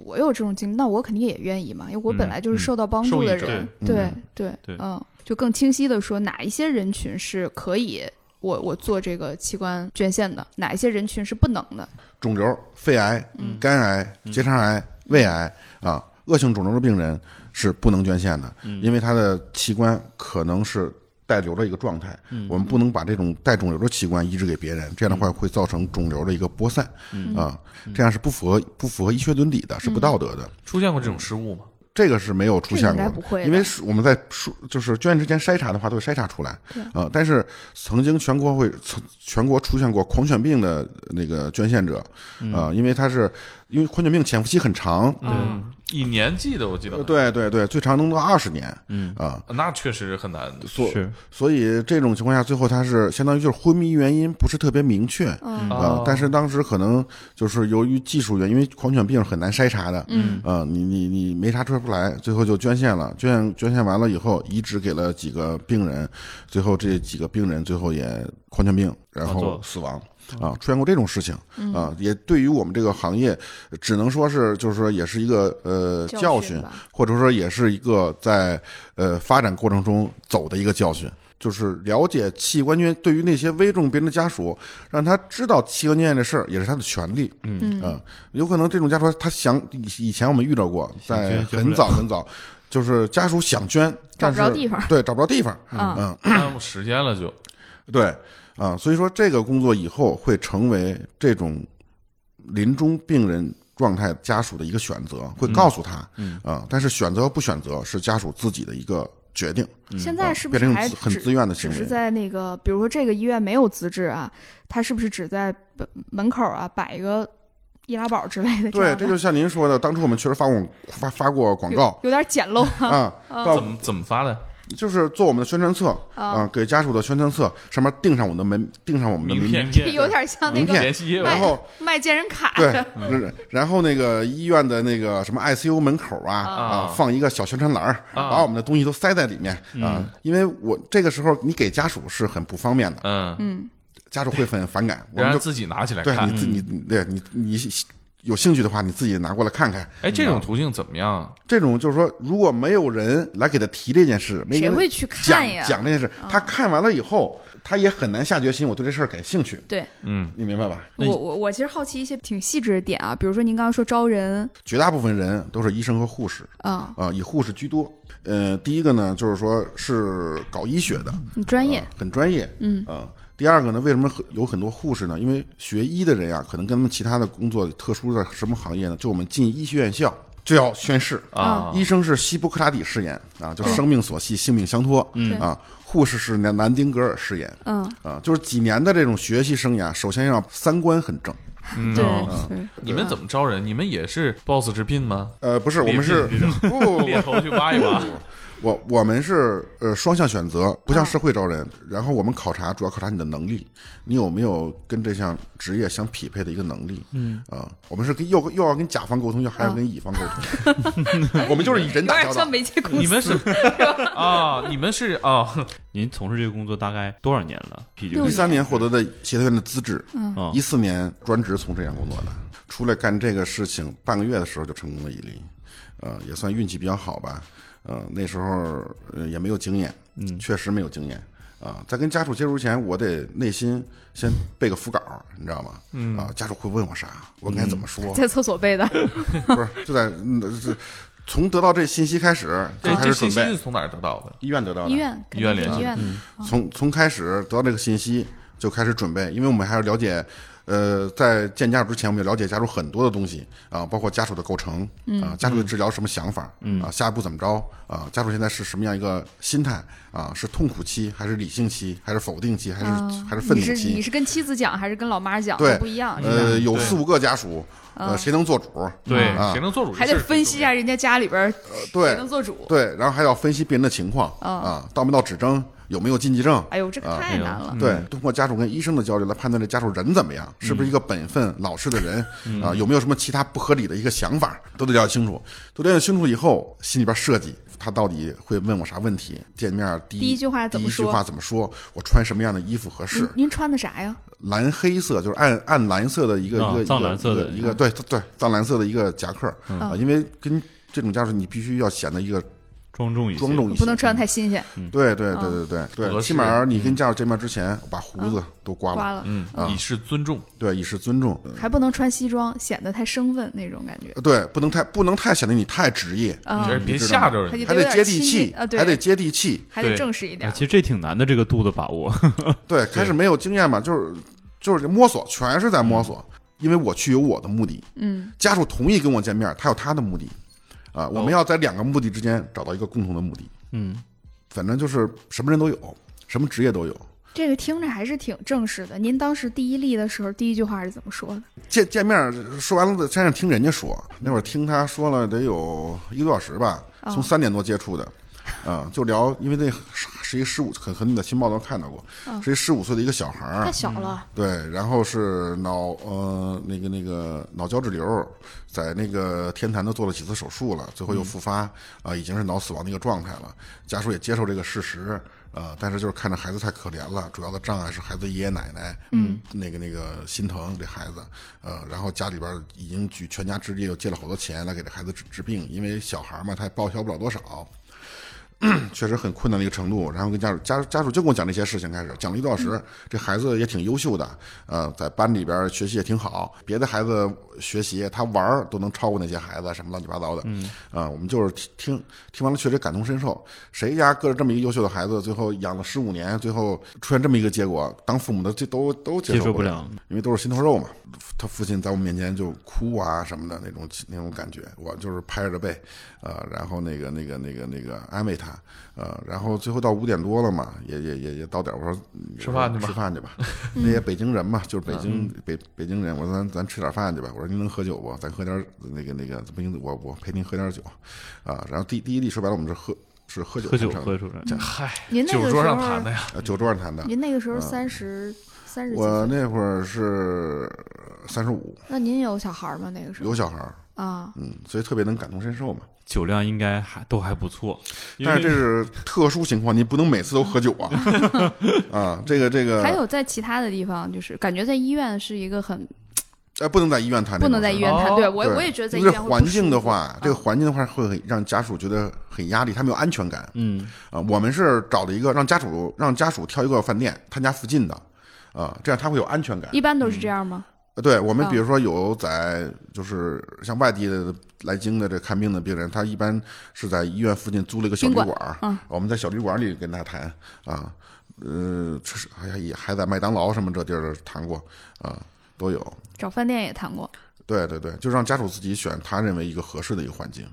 我有这种经历，那我肯定也愿意嘛，因为我本来嗯就是受到帮助的受益者人。对对对嗯，就更清晰的说，哪一些人群是可以我我做这个器官捐献的，哪一些人群是不能的。肿瘤、肺癌、肝癌、结肠癌、胃癌啊，恶性肿瘤的病人是不能捐献的，因为他的器官可能是带瘤的一个状态，我们不能把这种带肿瘤的器官移植给别人，这样的话会造成肿瘤的一个播散啊，这样是不符合不符合医学伦理的，是不道德的。出现过这种失误吗？这个是没有出现过的，这应该不会的因为是我们在说就是捐献之前筛查的话，都会筛查出来。啊，但是曾经全国会曾全国出现过狂犬病的那个捐献者，啊、因为他是因为狂犬病潜伏期很长，嗯，以年纪的我记得，呃，对对对，最长能到二十年，嗯啊，那确实很 难。所是所以这种情况下，最后他是相当于就是昏迷原因不是特别明确，嗯啊哦，但是当时可能就是由于技术原因，因为狂犬病是很难筛查的，嗯，啊，你你你没查出来，最后就捐献了，捐献捐献完了以后，移植给了几个病人，最后这几个病人最后也狂犬病，然发后作死亡。啊，出现过这种事情啊，也对于我们这个行业，只能说是就是说也是一个呃教训，吧，或者说也是一个在呃发展过程中走的一个教训，就是了解器官捐，对于那些危重病人的家属，让他知道器官捐献这事儿也是他的权利。嗯有可能这种家属他想以以前我们遇到过，在捐捐不很了早很早，就是家属想捐，但是找不着地方对，找不着地方。啊嗯，耽误时间了就。对啊，所以说这个工作以后会成为这种临终病人状态家属的一个选择，会告诉他，嗯啊，但是选择不选择是家属自己的一个决定，现啊在是不是变成还一种自很只自愿的行只是为？在那个，比如说这个医院没有资质啊，他是不是只在门门口啊摆一个易拉宝之类的。对，样这的就像您说的，当初我们确实发过发发过广告有点简陋啊。啊，到怎么怎么发的？嗯就是做我们的宣传册哦啊，给家属的宣传册上面钉上我的门，钉上我们的名门片、这有点像那名片个联系业务，然后卖健身卡对的，，嗯然后那个医院的那个什么 ICU 门口啊啊，放一个小宣传栏儿，啊把我们的东西都塞在里面嗯啊，因为我这个时候你给家属是很不方便的，嗯，家属会很反感，我然后们就自己拿起来对看你。自你你对你你有兴趣的话，你自己拿过来看看。哎，这种途径怎么样？啊这种就是说，如果没有人来给他提这件事，没谁人会去讲看呀？嗯讲这件事，他看完了以后，他也很难下决心，我对这事儿感兴趣。对，嗯你明白吧？我我我其实好奇一些挺细致的点啊，比如说您刚刚说招人绝大部分人都是医生和护士，啊，啊，以护士居多。呃，第一个呢，就是说是搞医学的，很专业啊，很专业，嗯啊。第二个呢，为什么很有很多护士呢？因为学医的人啊，可能跟他们其他的工作特殊的什么行业呢？就我们进医学院校就要宣誓啊医生是希波克拉底誓言啊，就生命所系，性命相托，嗯啊。护士是南南丁格尔誓言，嗯啊，就是几年的这种学习生涯，首先要三观很正。对，你们怎么招人？你们也是 boss 直聘吗？呃，不是，我们是猎聘不不不不猎头去挖一挖，我我们是呃双向选择，不像社会招人。然后我们考察主要考察你的能力，你有没有跟这项职业相匹配的一个能力。嗯啊、我们是跟又又要跟甲方沟通，又还要跟乙方沟通，我们就是以人有打点交像道。媒介公司。你们是 啊？你们是啊？您从事这个工作大概多少年了？啤酒一三年获得的协调员的资质，嗯啊一四年专职从事这项工作的，出来干这个事情半个月的时候就成功了一例，呃，也算运气比较好吧，呃，那时候呃也没有经验，嗯，确实没有经验啊、在跟家属接触之前，我得内心先背个辅稿，你知道吗？嗯啊、家属会问我啥，我该怎么说？在厕所背的，不是就在嗯是从得到这信息开始就这开这始信准息备是，从哪儿得到的？医院得到的，医院医院联系医院的从从开始得到这个信息就开始准备，因为我们还要了解，呃，在见家属之前，我们要了解家属很多的东西啊，包括家属的构成嗯啊，家属的治疗什么想法，啊，下一步怎么着啊，家属现在是什么样一个心态啊，是痛苦期还是理性期，还是否定期，还是还是愤嗯你怒是你期？是跟妻子讲还是跟老妈讲？对不一样，是吧呃，有四五个家属，嗯呃，谁能做主？对，嗯啊谁，能做主？还得分析一下人家家里边儿谁对能做主。对，然后还要分析病人的情况嗯啊，到没到指征，有没有禁忌症，哎呦，这个太难了。对，啊通过家属跟医生的交流来判断这家属人怎么样，是不是一个本分老实的人啊，有没有什么其他不合理的一个想法，都得了解清楚。都了解清楚以后，心里边设计他到底会问我啥问题，见面第第一句话怎么第一句说话怎么说，我穿什么样的衣服合适您，嗯您穿的啥呀？蓝黑色就是暗暗蓝色的一个啊一个藏蓝色的一个一个对对藏蓝色的一个夹克啊，因为跟这种家属你必须要显得一个庄重一些，庄重一些，不能穿的太新鲜，对对对对对合对，适起码你跟家属见面之前把胡子都刮刮了，嗯，以示尊重。对，以示尊重。还不能穿西装，显得太生分那种感觉。对，不能太不能太显得你太职业，啊这，别吓着还人得家。还有得点接地亲气近啊，对，还得接地气。还得对正式一点啊，。其实这挺难的，这个度的把握。对，开始没有经验嘛，就是就是摸索，全是在摸索。因为我去有我的目的，嗯，家属同意跟我见面，他有他的目的，啊，我们要在两个目的之间找到一个共同的目的。嗯，反正就是什么人都有，什么职业都有。这个听着还是挺正式的。您当时第一例的时候，第一句话是怎么说的？见见面说完了，先是听人家说，那会儿听他说了得有一个多小时吧，从三点多接触的，啊、就聊，因为那是是一十五，可可能你在新报道看到过，是一十五岁的一个小孩儿太，小了，对，然后是脑呃那个那个脑胶质瘤，在那个天坛都做了几次手术了，最后又复发，啊、已经是脑死亡的一个状态了，家属也接受这个事实。呃，但是就是看着孩子太可怜了，主要的障碍是孩子爷爷奶奶，嗯，那个那个心疼这孩子，呃，然后家里边已经举全家之力又借了好多钱来给这孩子治治病，因为小孩嘛，他也报销不了多少， 确实很困难的一个程度。然后跟家属家家属就跟我讲这些事情，开始讲了一个多小时。这孩子也挺优秀的，呃，在班里边学习也挺好，别的孩子学习他玩儿都能超过那些孩子，什么乱七八糟的。嗯，啊、我们就是听听听完了，确实感同身受。谁家搁着这么一个优秀的孩子，最后养了十五年，最后出现这么一个结果，当父母的这都都接接受不不了了，因为都是心头肉嘛。他父亲在我面前就哭啊什么的那种那种感觉，我就是拍着背，呃，然后那个那个那个那个安慰他，他，呃，然后最后到五点多了嘛，也也也也到点儿，我说嗯吃饭去吧吃饭去吧，那些北京人嘛，就是北京北北京人，我说咱咱吃点饭去吧，我说您能喝酒不？咱喝点儿那个那个，不行，我我陪您喝点儿酒，啊，然后第第一例说白了，我们是喝是喝酒喝酒谈成喝出来，嗨，哎您那酒个桌时上候谈的呀，呃酒桌上谈的，您那个时候三十三十几我岁，那会儿是三十五，那您有小孩吗？那个时候有小孩儿，啊，嗯，所以特别能感同身受嘛。酒量应该还都还不错。因为但是这是特殊情况，你不能每次都喝 酒啊！啊，这个这个，还有在其他的地方，就是感觉在医院是一个很哎，不能在医院谈这不种事儿，能在医院谈。哦对我对我也觉得在医因为院这会环不舒境的服嗯话，这个环境的话会很让家属觉得很压力，他没有安全感。嗯，啊，我们是找了一个让家属让家属挑一个饭店，他家附近的，啊，这样他会有安全感。一般都是这样吗？呃对我们啊比如说有在就是像外地的来京的这看病的病人，他一般是在医院附近租了一个小旅宾馆馆儿，我们在小旅馆里跟他谈啊，呃，吃是好像也还在麦当劳什么这地儿谈过啊，都有。找饭店也谈过，对对对，就让家属自己选他认为一个合适的一个环境，因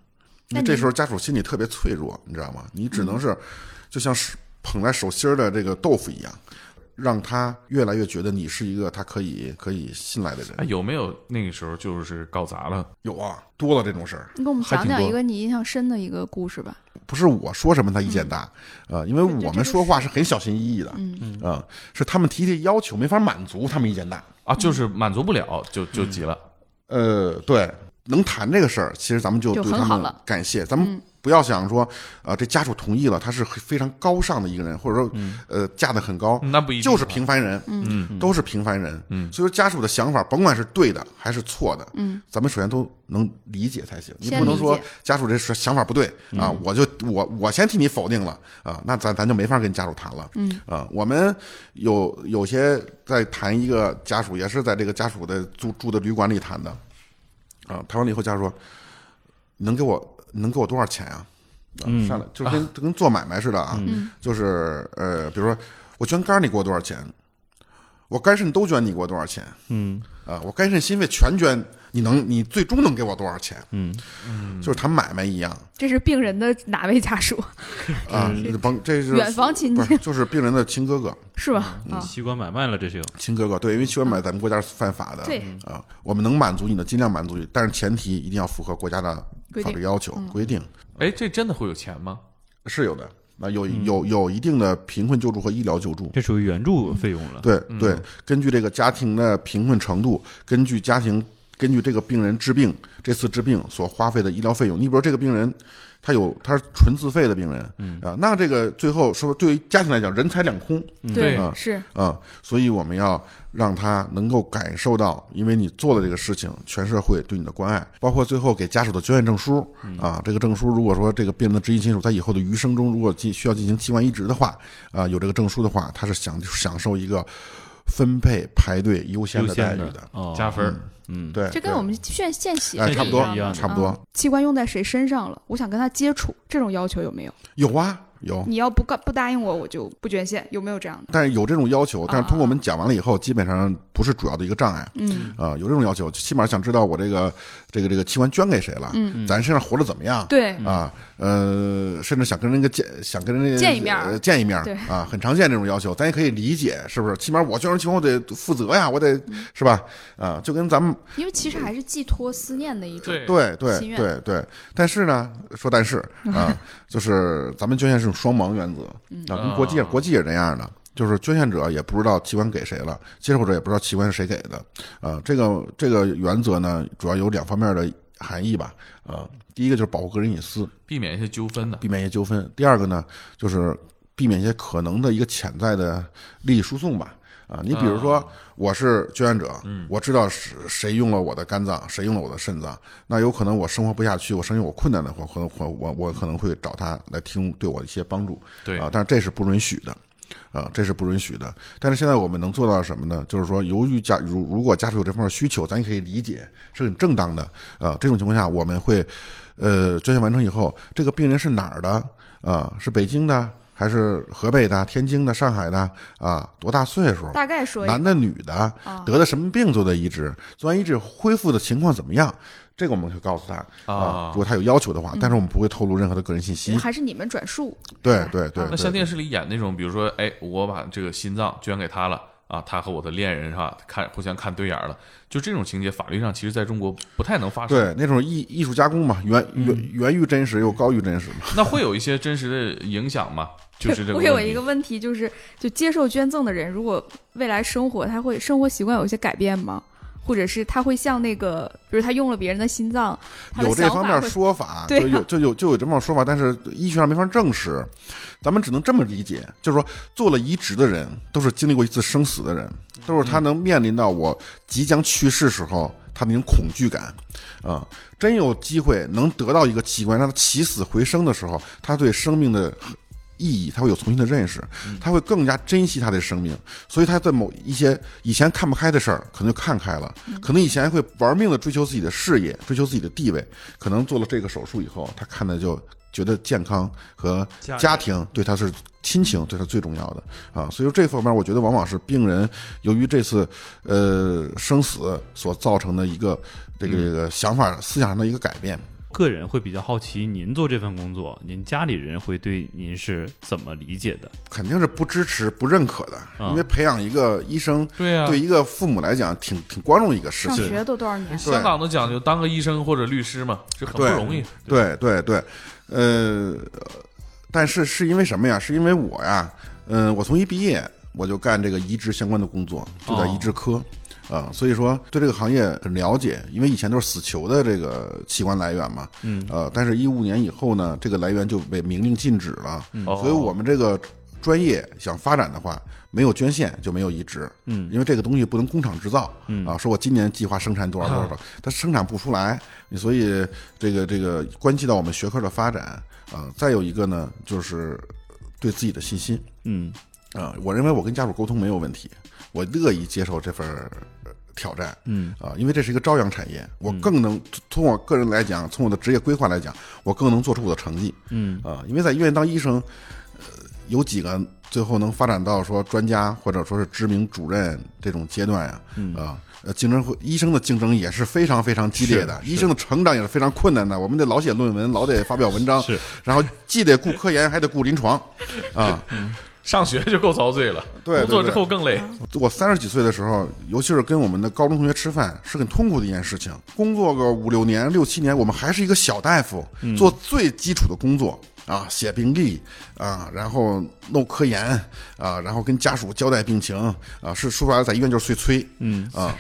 那为您这时候家属心里特别脆弱，你知道吗？你只能是就像是捧在手心儿的这个豆腐一样，让他越来越觉得你是一个他可以可以信赖的人哎，。有没有那个时候就是搞砸了？有啊，多了这种事儿，你给我们还讲挺讲多一个你印象深的一个故事吧。不是我说什么他意见大，呃，因为这我这们说话是很小心翼翼的，嗯嗯、是他们提这要求没法满足，他们意见大。啊，嗯就是满足不了，就就急了。呃，对，能谈这个事儿，其实咱们就就对很他好们了嗯感谢。咱们不要想说，呃，这家属同意了，他是非常高尚的一个人，或者说，呃，架得很高，嗯那不一定就是啊平凡人，嗯，都是平凡人，嗯，所以说家属的想法，甭管是对的还是错的，嗯，咱们首先都能理解才行。你先不能理说解家属这是想法不对啊，我就我我先替你否定了啊，那咱咱就没法跟家属谈了，嗯啊，我们有有些在谈一个家属，也是在这个家属的住住的旅馆里谈的，啊，谈完了以后，家属说，能给我能给我多少钱啊？啊上来就是跟、就跟做买卖似的啊，嗯就是呃，比如说我捐肝儿，你给我多少钱？我肝肾都捐，你给我多少钱？嗯，啊，我肝肾心肺全捐，你能你最终能给我多少钱？嗯，就是谈买卖一样这是病人的哪位家属？啊，甭这是远房亲戚不是就是病人的亲哥哥，是吧？啊，器官买卖了，这是有亲哥哥对，因为器官买卖咱们国家是犯法的，对啊，我们能满足你的尽量满足你，但是前提一定要符合国家的规法定嗯律要求规定。哎，这真的会有钱吗？是有的，那有有有一定的贫困救助和医疗救助。这属于援助费用了。嗯对对，根据这个家庭的贫困程度，根据家庭根据这个病人治病这次治病所花费的医疗费用，你比如说这个病人。他有，他是纯自费的病人，嗯啊，那这个最后说对于家庭来讲，人财两空对对，是啊，所以我们要让他能够感受到，因为你做了这个事情，全社会对你的关爱，包括最后给家属的捐献证书嗯啊，这个证书如果说这个病人的直系亲属在以后的余生中，如果进需要进行器官移植的话，啊，有这个证书的话，他是享享受一个分配排队优先优的待先遇的的，哦，加分儿，嗯，对，这跟对我们献献血哎是差不一多样的嗯差不多嗯器官用在谁身上了，我想跟他接触，这种要求有没有？有啊有。你要不告不答应我，我就不捐献，有没有这样的？但是有这种要求，但是通过我们啊讲完了以后，基本上不是主要的一个障碍。嗯，啊、有这种要求，起码想知道我这个这个这个器官捐给谁了，嗯咱身上活着怎么样，对，嗯啊，呃，甚至想跟人家见，想跟人家见一面儿呃见一面儿对啊，很常见这种要求，咱也可以理解，是不是？起码我捐出去，我得负责呀，我得嗯是吧？啊，就跟咱们因为其实还是寄托思念的一种。对对对心愿对对，但是呢，说但是啊，就是咱们捐献是种双盲原则啊，跟国际啊国际也这样的。就是捐献者也不知道器官给谁了，接受者也不知道器官是谁给的，啊，这个这个原则呢，主要有两方面的含义吧，啊，第一个就是保护个人隐私，避免一些纠纷呢？避免一些纠纷。第二个呢，就是避免一些可能的一个潜在的利益输送吧。啊，你比如说，我是捐献者，我知道是谁用了我的肝脏，谁用了我的肾脏，那有可能我生活不下去，我生意我困难的话，可能我我我可能会找他来听对我的一些帮助。对啊，但是这是不允许的。啊，这是不允许的。但是现在我们能做到什么呢？就是说，由于家如如果家属有这方面需求，咱也可以理解，是很正当的。啊，这种情况下，我们会，呃，捐献完成以后，这个病人是哪儿的？啊，是北京的，还是河北的、天津的、上海的啊，多大岁数？大概说一男下。的、女的啊，得的什么病做的移植，做完移植恢复的情况怎么样？这个我们会告诉他啊如果他有要求的话，嗯但是我们不会透露任何的个人信息。还是你们转述，对对对，那像对电视里演那种，比如说，哎，我把这个心脏捐给他了啊，他和我的恋人哈看互相看对眼儿了，就这种情节，法律上其实在中国不太能发生。嗯对那种艺艺术加工嘛，源源源于真实又高于真实嘛。那会有一些真实的影响吗？就是这个。我有一个，问题，就是就接受捐赠的人，如果未来生活他会生活习惯有一些改变吗？或者是他会像那个，比如他用了别人的心脏，他的有这想方法面会说法，对就啊有就有就有这么说法，但是医学上没法证实，咱们只能这么理解，就是说做了移植的人都是经历过一次生死的人，都是嗯他能面临到我即将去世时候他那种恐惧感，啊、真有机会能得到一个器官，让他起死回生的时候，他对生命的。意义，他会有重新的认识，嗯他会更加珍惜他的生命，所以他在某一些以前看不开的事儿，可能就看开了，可能以前会玩命的追求自己的事业，追求自己的地位，可能做了这个手术以后，他看的就觉得健康和家庭对他是亲情对他最重要的啊，所以说这方面我觉得往往是病人由于这次呃生死所造成的一个这个这个想法思想上的一个改变。个人会比较好奇，您做这份工作，您家里人会对您是怎么理解的？肯定是不支持、不认可的，啊因为培养一个医生，对啊一个父母来讲，挺挺光荣一个事上情。学都多 少年？香港都讲究当个医生或者律师嘛，这很不对容易。对对对，呃，但是是因为什么呀？是因为我呀，嗯、我从一毕业我就干这个移植相关的工作，就在哦移植科。啊、所以说对这个行业很了解，因为以前都是死囚的这个器官来源嘛，嗯，呃，但是一五年以后呢，这个来源就被明令禁止了，所以我们这个专业想发展的话，没有捐献就没有移植，嗯，因为这个东西不能工厂制造，嗯啊，说我今年计划生产多少多少多少，它生产不出来，所以这个这个关系到我们学科的发展啊、再有一个呢，就是对自己的信心，嗯，啊、我认为我跟家属沟通没有问题，我乐意接受这份儿呃挑战。嗯啊、因为这是一个朝阳产业，我更能从我个人来讲，从我的职业规划来讲，我更能做出我的成绩。嗯啊、因为在医院当医生，呃，有几个最后能发展到说专家或者说是知名主任这种阶段呀、啊？呃，竞争会医生的竞争也是非常非常激烈的，医生的成长也是非常困难的。我们得老写论文，老得发表文章，是，然后既得顾科研，还得顾临床，啊，上学就够遭罪了，对对工作之对后更 累。我三十几岁的时候，尤其是跟我们的高中同学吃饭，是很痛苦的一件事情。工作个五六年、六七年，我们还是一个小大夫，做最基础的工作啊，写病历啊，然后弄科研啊，然后跟家属交代病情啊，是说白了，在医院就是碎催，嗯啊。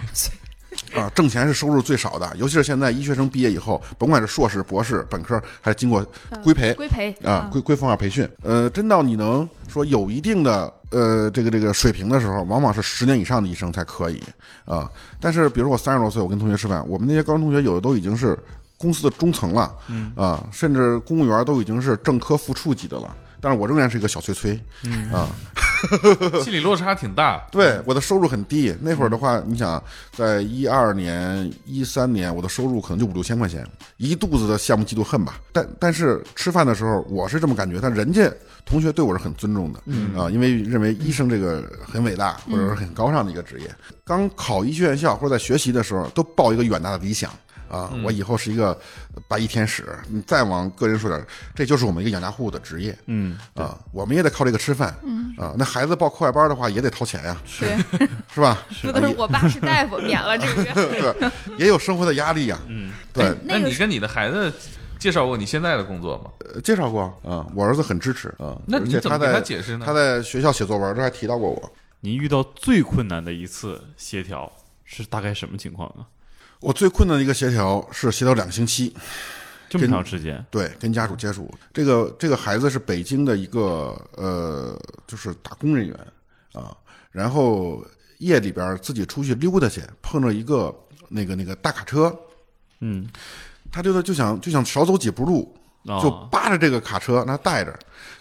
啊，挣钱是收入最少的，尤其是现在医学生毕业以后，甭管是硕士、博士、本科，还是经过规培，规培啊，规规范化培训。呃，真到你能说有一定的呃这个这个水平的时候，往往是十年以上的医生才可以啊。但是比如说我三十多岁，我跟同学吃饭，我们那些高中同学有的都已经是公司的中层了，啊，甚至公务员都已经是正科副处级的了。但是我仍然是一个小崔崔，啊，心理落差挺大。对，我的收入很低。那会儿的话，你想，在一二年、一三年，我的收入可能就五六千块钱，一肚子的羡慕、嫉妒、恨吧。但但是吃饭的时候，我是这么感觉，但人家同学对我是很尊重的，嗯啊，因为认为医生这个很伟大，或者是很高尚的一个职业。刚考医学院校或者在学习的时候，都抱一个远大的理想。啊，我以后是一个白衣天使。你再往个人说点儿，这就是我们一个养家户的职业。嗯啊，我们也得靠这个吃饭。嗯啊，那孩子报课外班的话，也得掏钱呀。对， 是吧？啊说的是我爸是 大夫，免了这个。对，也有生活的压力呀、嗯，对，那你跟你的孩子介绍过你现在的工作吗？呃介绍过啊、我儿子很支持啊。那而你且怎么他给他在解释呢他在学校写作文，这还提到过我。您遇到最困难的一次协调是大概什么情况啊？我最困难的一个协调是协调两个星期，这么跟长时间？对，跟家属接触。这个这个孩子是北京的一个呃，就是打工人员啊，然后夜里边自己出去溜达去，碰着一个那个那个大卡车，嗯，他溜达就想就想少走几步路，哦啊、就扒着这个卡车那带着，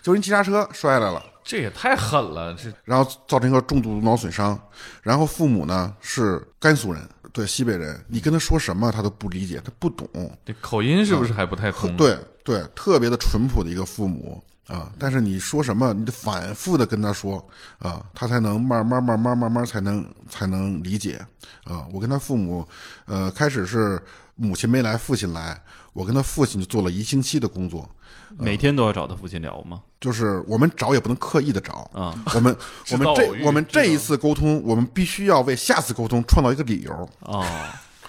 就人急刹车摔下来了。这也太狠了，这然后造成一个重度脑损伤，然后父母呢是甘肃人，对西北人，你跟他说什么他都不理解，他不懂，嗯这口音是不是还不太特通？，对对，特别的淳朴的一个父母啊，但是你说什么，你得反复的跟他说啊，他才能慢慢慢慢慢慢才能才能理解啊。我跟他父母，呃，开始是母亲没来，父亲来，我跟他父亲就做了一星期的工作，嗯每天都要找他父亲聊吗？就是我们找也不能刻意的找啊， 我们知我们道偶这遇我们这知道一次沟通，我们必须要为下次沟通创造一个理由，哦，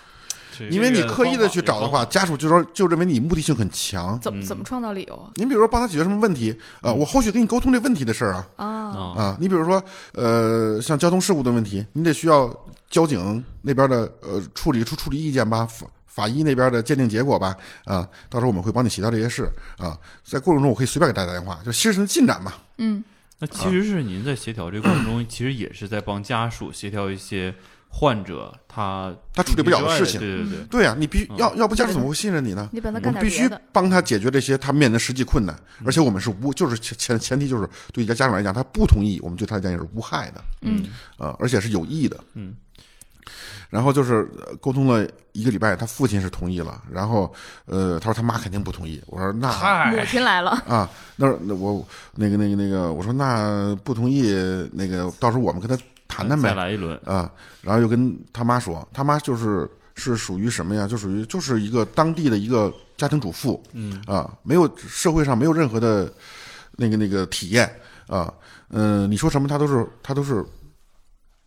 因为你刻意的去找的这个方法，话，家属就说就认为你目的性很强。怎么怎么创造理由啊？你比如说帮他解决什么问题，呃，嗯我后续跟你沟通这问题的事儿啊，啊，哦啊，你比如说，呃，像交通事故的问题，你得需要交警那边的呃处理出处理意见吧，法法医那边的鉴定结果吧，啊，到时候我们会帮你协调这些事啊，在过程中我可以随便给大家打电话，就新事情进展嘛，嗯，那其实是您在协调这个过程 中，其实也是在帮家属协调一些患者他他处理不了的事情嗯对对对，对啊呀、你必嗯须要要不家属怎么会信任你呢？你把他我干们点必别须的。帮他解决这些他面临的实际困难，而且我们是无，就是前前前提就是对家家长来讲，他不同意，我们对他来讲也是无害的，嗯，啊，而且是有益的，嗯。然后就是呃沟通了一个礼拜，他父亲是同意了，然后呃，他说他妈肯定不同意，我说那母嗨，亲来了，啊，那那我那个那个那个，我说那不同意，那个到时候我们跟他谈谈呗再，来一轮，啊，然后又跟他妈说，他妈就是是属于什么呀？就属于就是一个当地的一个家庭主妇，嗯啊，没有社会上没有任何的那个那个体验啊，嗯、你说什么他都是他都是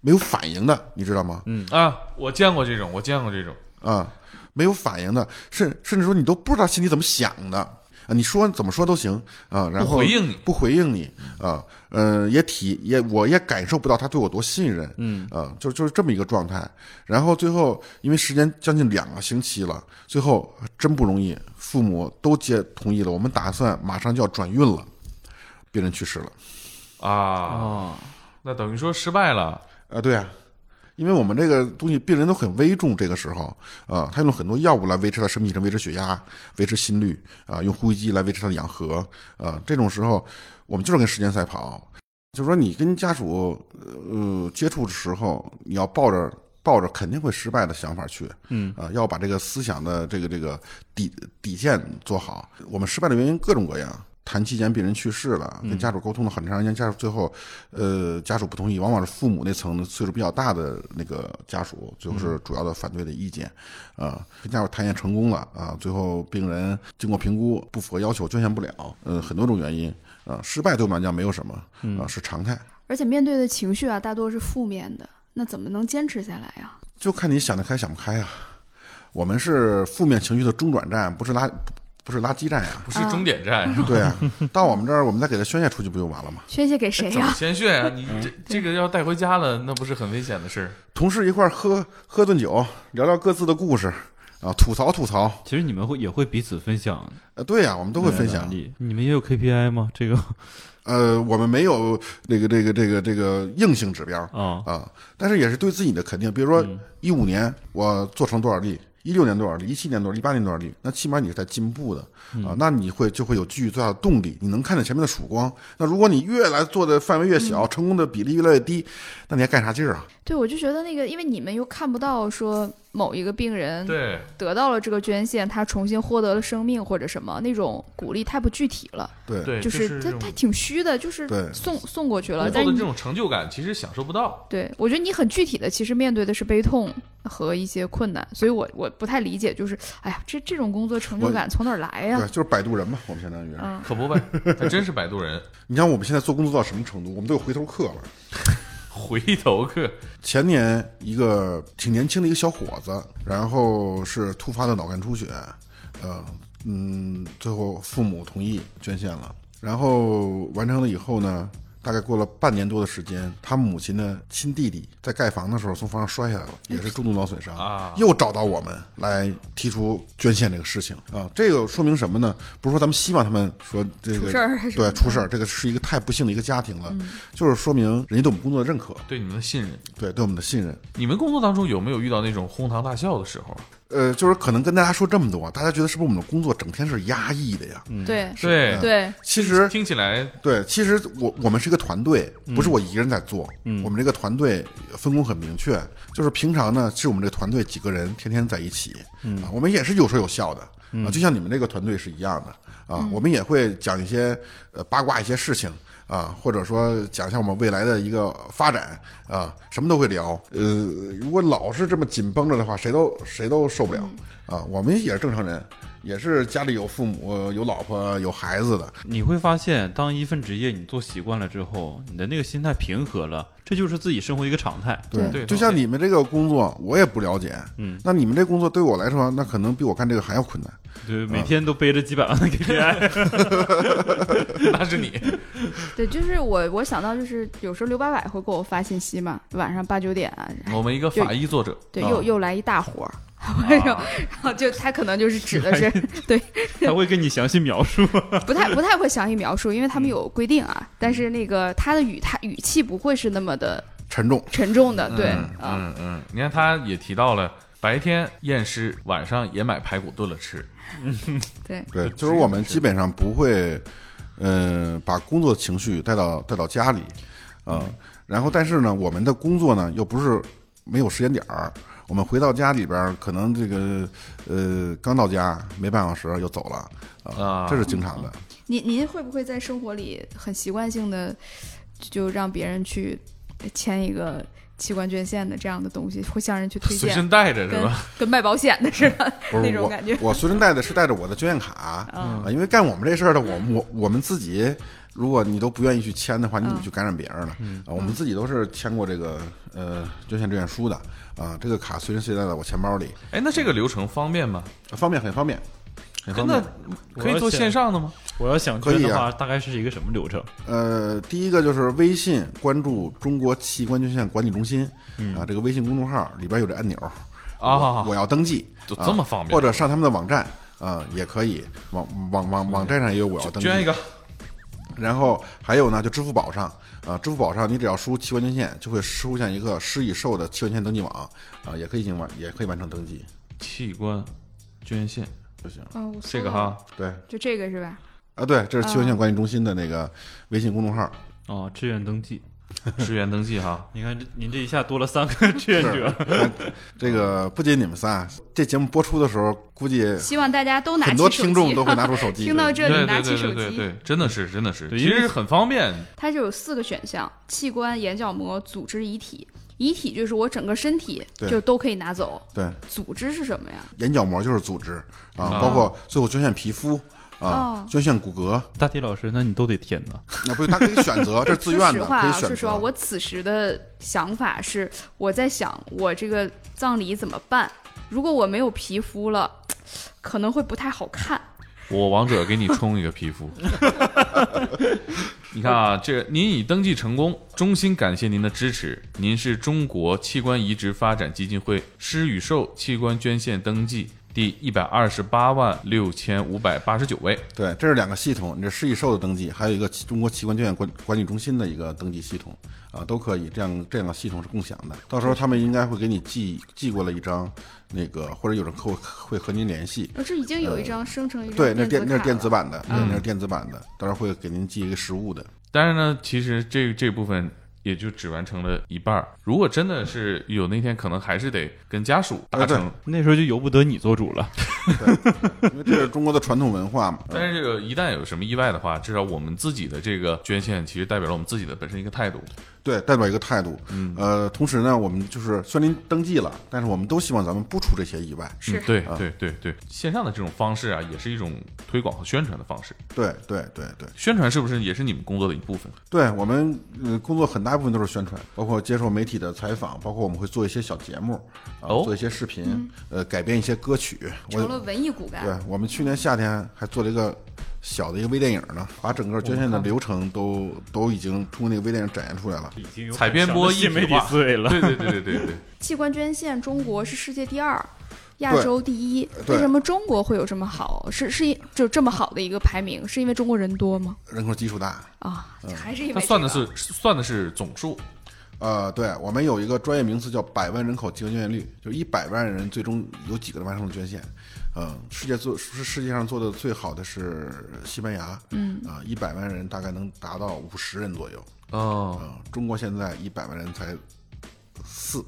没有反应的，你知道吗？啊，我见过这种，我见过这种，啊，没有反应的，甚甚至说你都不知道心里怎么想的啊，你说怎么说都行啊，然后不回应你不回应你啊，呃，也体也我也感受不到他对我多信任，嗯啊，就就是这么一个状态。然后最后因为时间将近两个星期了，最后真不容易，父母都接同意了，我们打算马上就要转运了，病人去世了哦啊，那等于说失败了，啊，对啊。因为我们这个东西，病人都很危重，这个时候啊、他用了很多药物来维持他生命体征，维持血压，维持心率啊、用呼吸机来维持他的氧合啊、这种时候，我们就是跟时间赛跑，就是说你跟家属呃接触的时候，你要抱着抱着肯定会失败的想法去，嗯啊、要把这个思想的这个这个底底线做好。我们失败的原因各种各样。谈期间病人去世了，跟家属沟通了很长时间，家属最后，呃，家属不同意，往往是父母那层的岁数比较大的那个家属，最后是主要的反对的意见，啊、跟家属谈也成功了啊，最后病人经过评估不符合要求，捐献不了，呃，很多种原因啊，失败对我们来讲没有什么啊，是常态。而且面对的情绪啊，大多是负面的，那怎么能坚持下来呀、就看你想得开想不开啊。我们是负面情绪的中转站，不是垃不是垃圾站呀、不是终点站，是吧对啊，到我们这儿，我们再给它宣泄出去，不就完了吗？宣泄给谁 怎呀、么宣泄啊？你这这个要带回家了，那不是很危险的事儿？同事一块儿喝喝顿酒，聊聊各自的故事啊，吐槽吐槽。其实你们会也会彼此分享呃，对呀、我们都会分享能。力你们也有 KPI 吗？这 个呃，我们没有那个这个这个这个硬性指标啊，啊，但是也是对自己的肯定。比如说一五年我做成多少例，一六年多少例，一七年多少例，一八年多少例，那起码你是在进步的啊，那你会就会有继续做下的动力，你能看见前面的曙光。那如果你越来做的范围越小，成功的比例越来越低，那你还干啥劲儿啊？对，我就觉得那个，因为你们又看不到说某一个病嗯人对，得到了这个捐献，他重新获得了生命或者什么那种鼓励太不具体了，对对，就是这他种他挺虚的，就是对送送过去工了。作但的是这你种成就感其实享受不到。对我觉得你很具体的，其实面对的是悲痛和一些困难，所以我我不太理解，就是哎呀，这这种工作成就我感从哪儿来对哎呀？，就是摆渡人嘛，我们相当于是。嗯，可不呗，还真是摆渡人，你像我们现在做工作到什么程度，我们都有回头客了。回头客前年一个挺年轻的一个小伙子，然后是突发的脑干出血，呃，嗯，最后父母同意捐献了，然后完成了以后呢，大概过了半年多的时间，他母亲的亲弟弟在盖房的时候从房上摔下来了，嗯也是重度脑损伤啊又找到我们来提出捐献这个事情啊，这个说明什么呢？不是说咱们希望他们说这个出事儿还是嗯对出事儿，这个是一个太不幸的一个家庭了，就是说明人家对我们工作的认可，对你们的信任，对对我们的信任。你们工作当中有没有遇到那种哄堂大笑的时候？呃，就是可能跟大家说这么多，大家觉得是不是我们的工作整天是压抑的呀？对对，嗯对，其实听起来对，其实我我们是一个团队，不是我一个人在做。我们这个团队分工很明确，就是平常呢是我们这个团队几个人天天在一起，啊，我们也是有说有笑的。啊，就像你们这个团队是一样的啊，我们也会讲一些呃八卦一些事情啊，或者说讲一下我们未来的一个发展啊，什么都会聊。呃，如果老是这么紧绷着的话，谁都谁都受不了啊。我们也是正常人，也是家里有父母、有老婆、有孩子的，你会发现，当一份职业你做习惯了之后，你的那个心态平和了，这就是自己生活一个常态。对，对就对像你们这个工作，我也不了解。嗯，那你们这工作对我来说，那可能比我干这个还要困难。对，每天都背着几百万的 KPI，那是 你，对，就是我我想到就是有时候刘八百会给我发信息嘛，晚上八九点啊，我们一个法医作者，对，啊又又来一大活儿。 然后，然后就他可能就是指的是他会跟你详细描述。不太不太会详细描述，因为他们有规定啊。但是那个他的语他语气不会是那么的沉重，沉重的，对嗯啊，嗯嗯，你看他也提到了，白天验尸，晚上也买排骨炖了吃，对对，就就是我们基本上不会，呃，把工作情绪带到带到家里，啊、然后但是呢，我们的工作呢又不是没有时间点儿，我们回到家里边儿，可能这个呃刚到家没半小时又走了，呃啊这是经常的。您您会不会在生活里很习惯性的就让别人去签一个器官捐献的这样的东西，会向人去推随荐，身带着是跟吧？跟卖保险的似的不是那种感觉。嗯我，我随身带的是带着我的捐献卡，啊，因为干我们这事儿的，我我我们自己，如果你都不愿意去签的话，你嗯怎么去感染别人呢？嗯啊，我们自己都是签过这个呃捐献志愿书的，啊，这个卡随身携带在我钱包里，哎，那这个流程方便吗？方便很方便，很方真的便。可以做线上的吗？我要想可捐以的啊话，大概是一个什么流程？呃，第一个就是微信关注中国器官捐献管理中心啊，这个微信公众号里边有这按钮嗯啊我要登记，就啊这么方便或者上他们的网站啊也可以，网网网网站上也有我要登记，捐一个，然后还有呢，就支付宝上，啊，支付宝上你只要输器官捐献，就会出现一个施已售的器官捐献登记网，啊，也可以进完，也可以完成登记器官捐献就行。哦，我搜这个到了，哈，对，就这个是吧？啊，对，这是器官捐献管理中心的那个微信公众号，哦，志愿登记。支援登记哈，你看，这您这一下多了三个志愿者，这啊个不仅你们仨，这节目播出的时候，估计希望大家都拿很起多手机，听众都会拿出手机。听到 这对对里拿对起手对机，对对，真的是真的是，对其因为实很方便，它就有四个选项：器官、眼角膜、组织、遗体。遗体就是我整个身体对就都可以拿走，对，组织是什么呀？眼角膜就是组织啊，包括最后捐献皮肤啊哦，捐献骨骼，大体老师，那你都得填呐。那不是他可以选择，这是自愿 说实的，话可以啊，选择。说实话，我此时的想法是，我在想我这个葬礼怎么办？如果我没有皮肤了，可能会不太好看。我王者给你充一个皮肤。你看啊，这您已登记成功，衷心感谢您的支持。您是中国器官移植发展基金会施与寿器官捐献登记第一百二十八万六千五百八十九位。对，这是两个系统，你这市易售的登记，还有一个中国器官捐献管管理中心的一个登记系统，啊，都可以。这样这两个系统是共享的，到时候他们应该会给你寄寄过来一张，那个或者有人客户会和您联系。呃这已经有一张生成一张对，那电电子那是卡电子了嗯版的，对，那是电子版的，到时候会给您寄一个实物的。当然呢，其实这这部分也就只完成了一半儿。如果真的是有那天，可能还是得跟家属达成。那时候就由不得你做主了。因为这是中国的传统文化嘛。但是这个一旦有什么意外的话，至少我们自己的这个捐献，其实代表了我们自己的本身一个态度。对，代表一个态度。嗯，呃，同时呢，我们就是虽然您登记了，但是我们都希望咱们不出这些意外。是 嗯、对对对对，线上的这种方式啊，也是一种推广和宣传的方式。对对对对宣传是不是也是你们工作的一部分？对，我们呃工作很大一部分都是宣传，包括接受媒体的采访，包括我们会做一些小节目，啊、哦做一些视频，呃，改编一些歌曲。成我了文艺骨干。对我们去年夏天还做了一个小的一个微电影呢，把整个捐献的流程都都已经通过那个微电影展现出来了。已经有采编播一媒体体化思维了。对对对对 对对，器官捐献，中国是世界第二，亚对洲第一。对为什么中国会有这么好？是是因就这么好的一个排名，是因为中国人多吗？人口基数大，啊，还是因为、这他个、算的是算的是总数，呃，对我们有一个专业名词叫百万人口器官捐献率，就是一百万人最终有几个人完成了捐献。嗯、世界做是世界上做的最好的是西班牙，嗯，啊、一百万人大概能达到五十人左右。呃哦，啊，中国现在一百万人才四，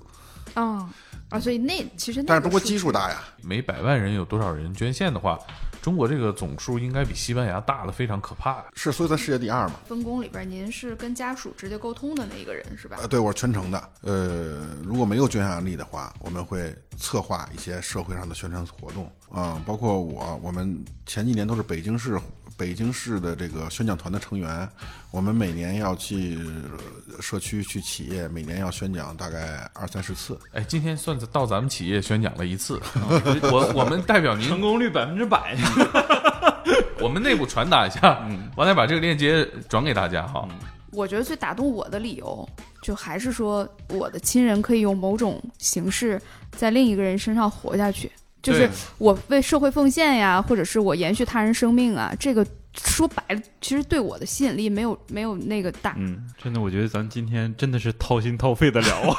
嗯，啊，所以那其实那但是个中国数基数大呀，每百万人有多少人捐献的话，中国这个总数应该比西班牙大的非常可怕。啊是所以咱世界第二嘛。分工里边，您是跟家属直接沟通的那一个人是吧？呃，对我是全程的。呃，如果没有捐献案例的话，我们会策划一些社会上的宣传活动啊、包括我，我们前几年都是北京市北京市的这个宣讲团的成员，我们每年要去呃社区、去企业，每年要宣讲大概二三十次。哎，今天算到咱们企业宣讲了一次，嗯 我我们代表您成功率百分之百。我们内部传达一下，嗯完了把这个链接转给大家哈。我觉得最打动我的理由，就还是说我的亲人可以用某种形式在另一个人身上活下去，就是对我为社会奉献呀，或者是我延续他人生命啊，这个说白了，其实对我的吸引力没有没有那个大。嗯，真的，我觉得咱今天真的是掏心掏肺的聊啊。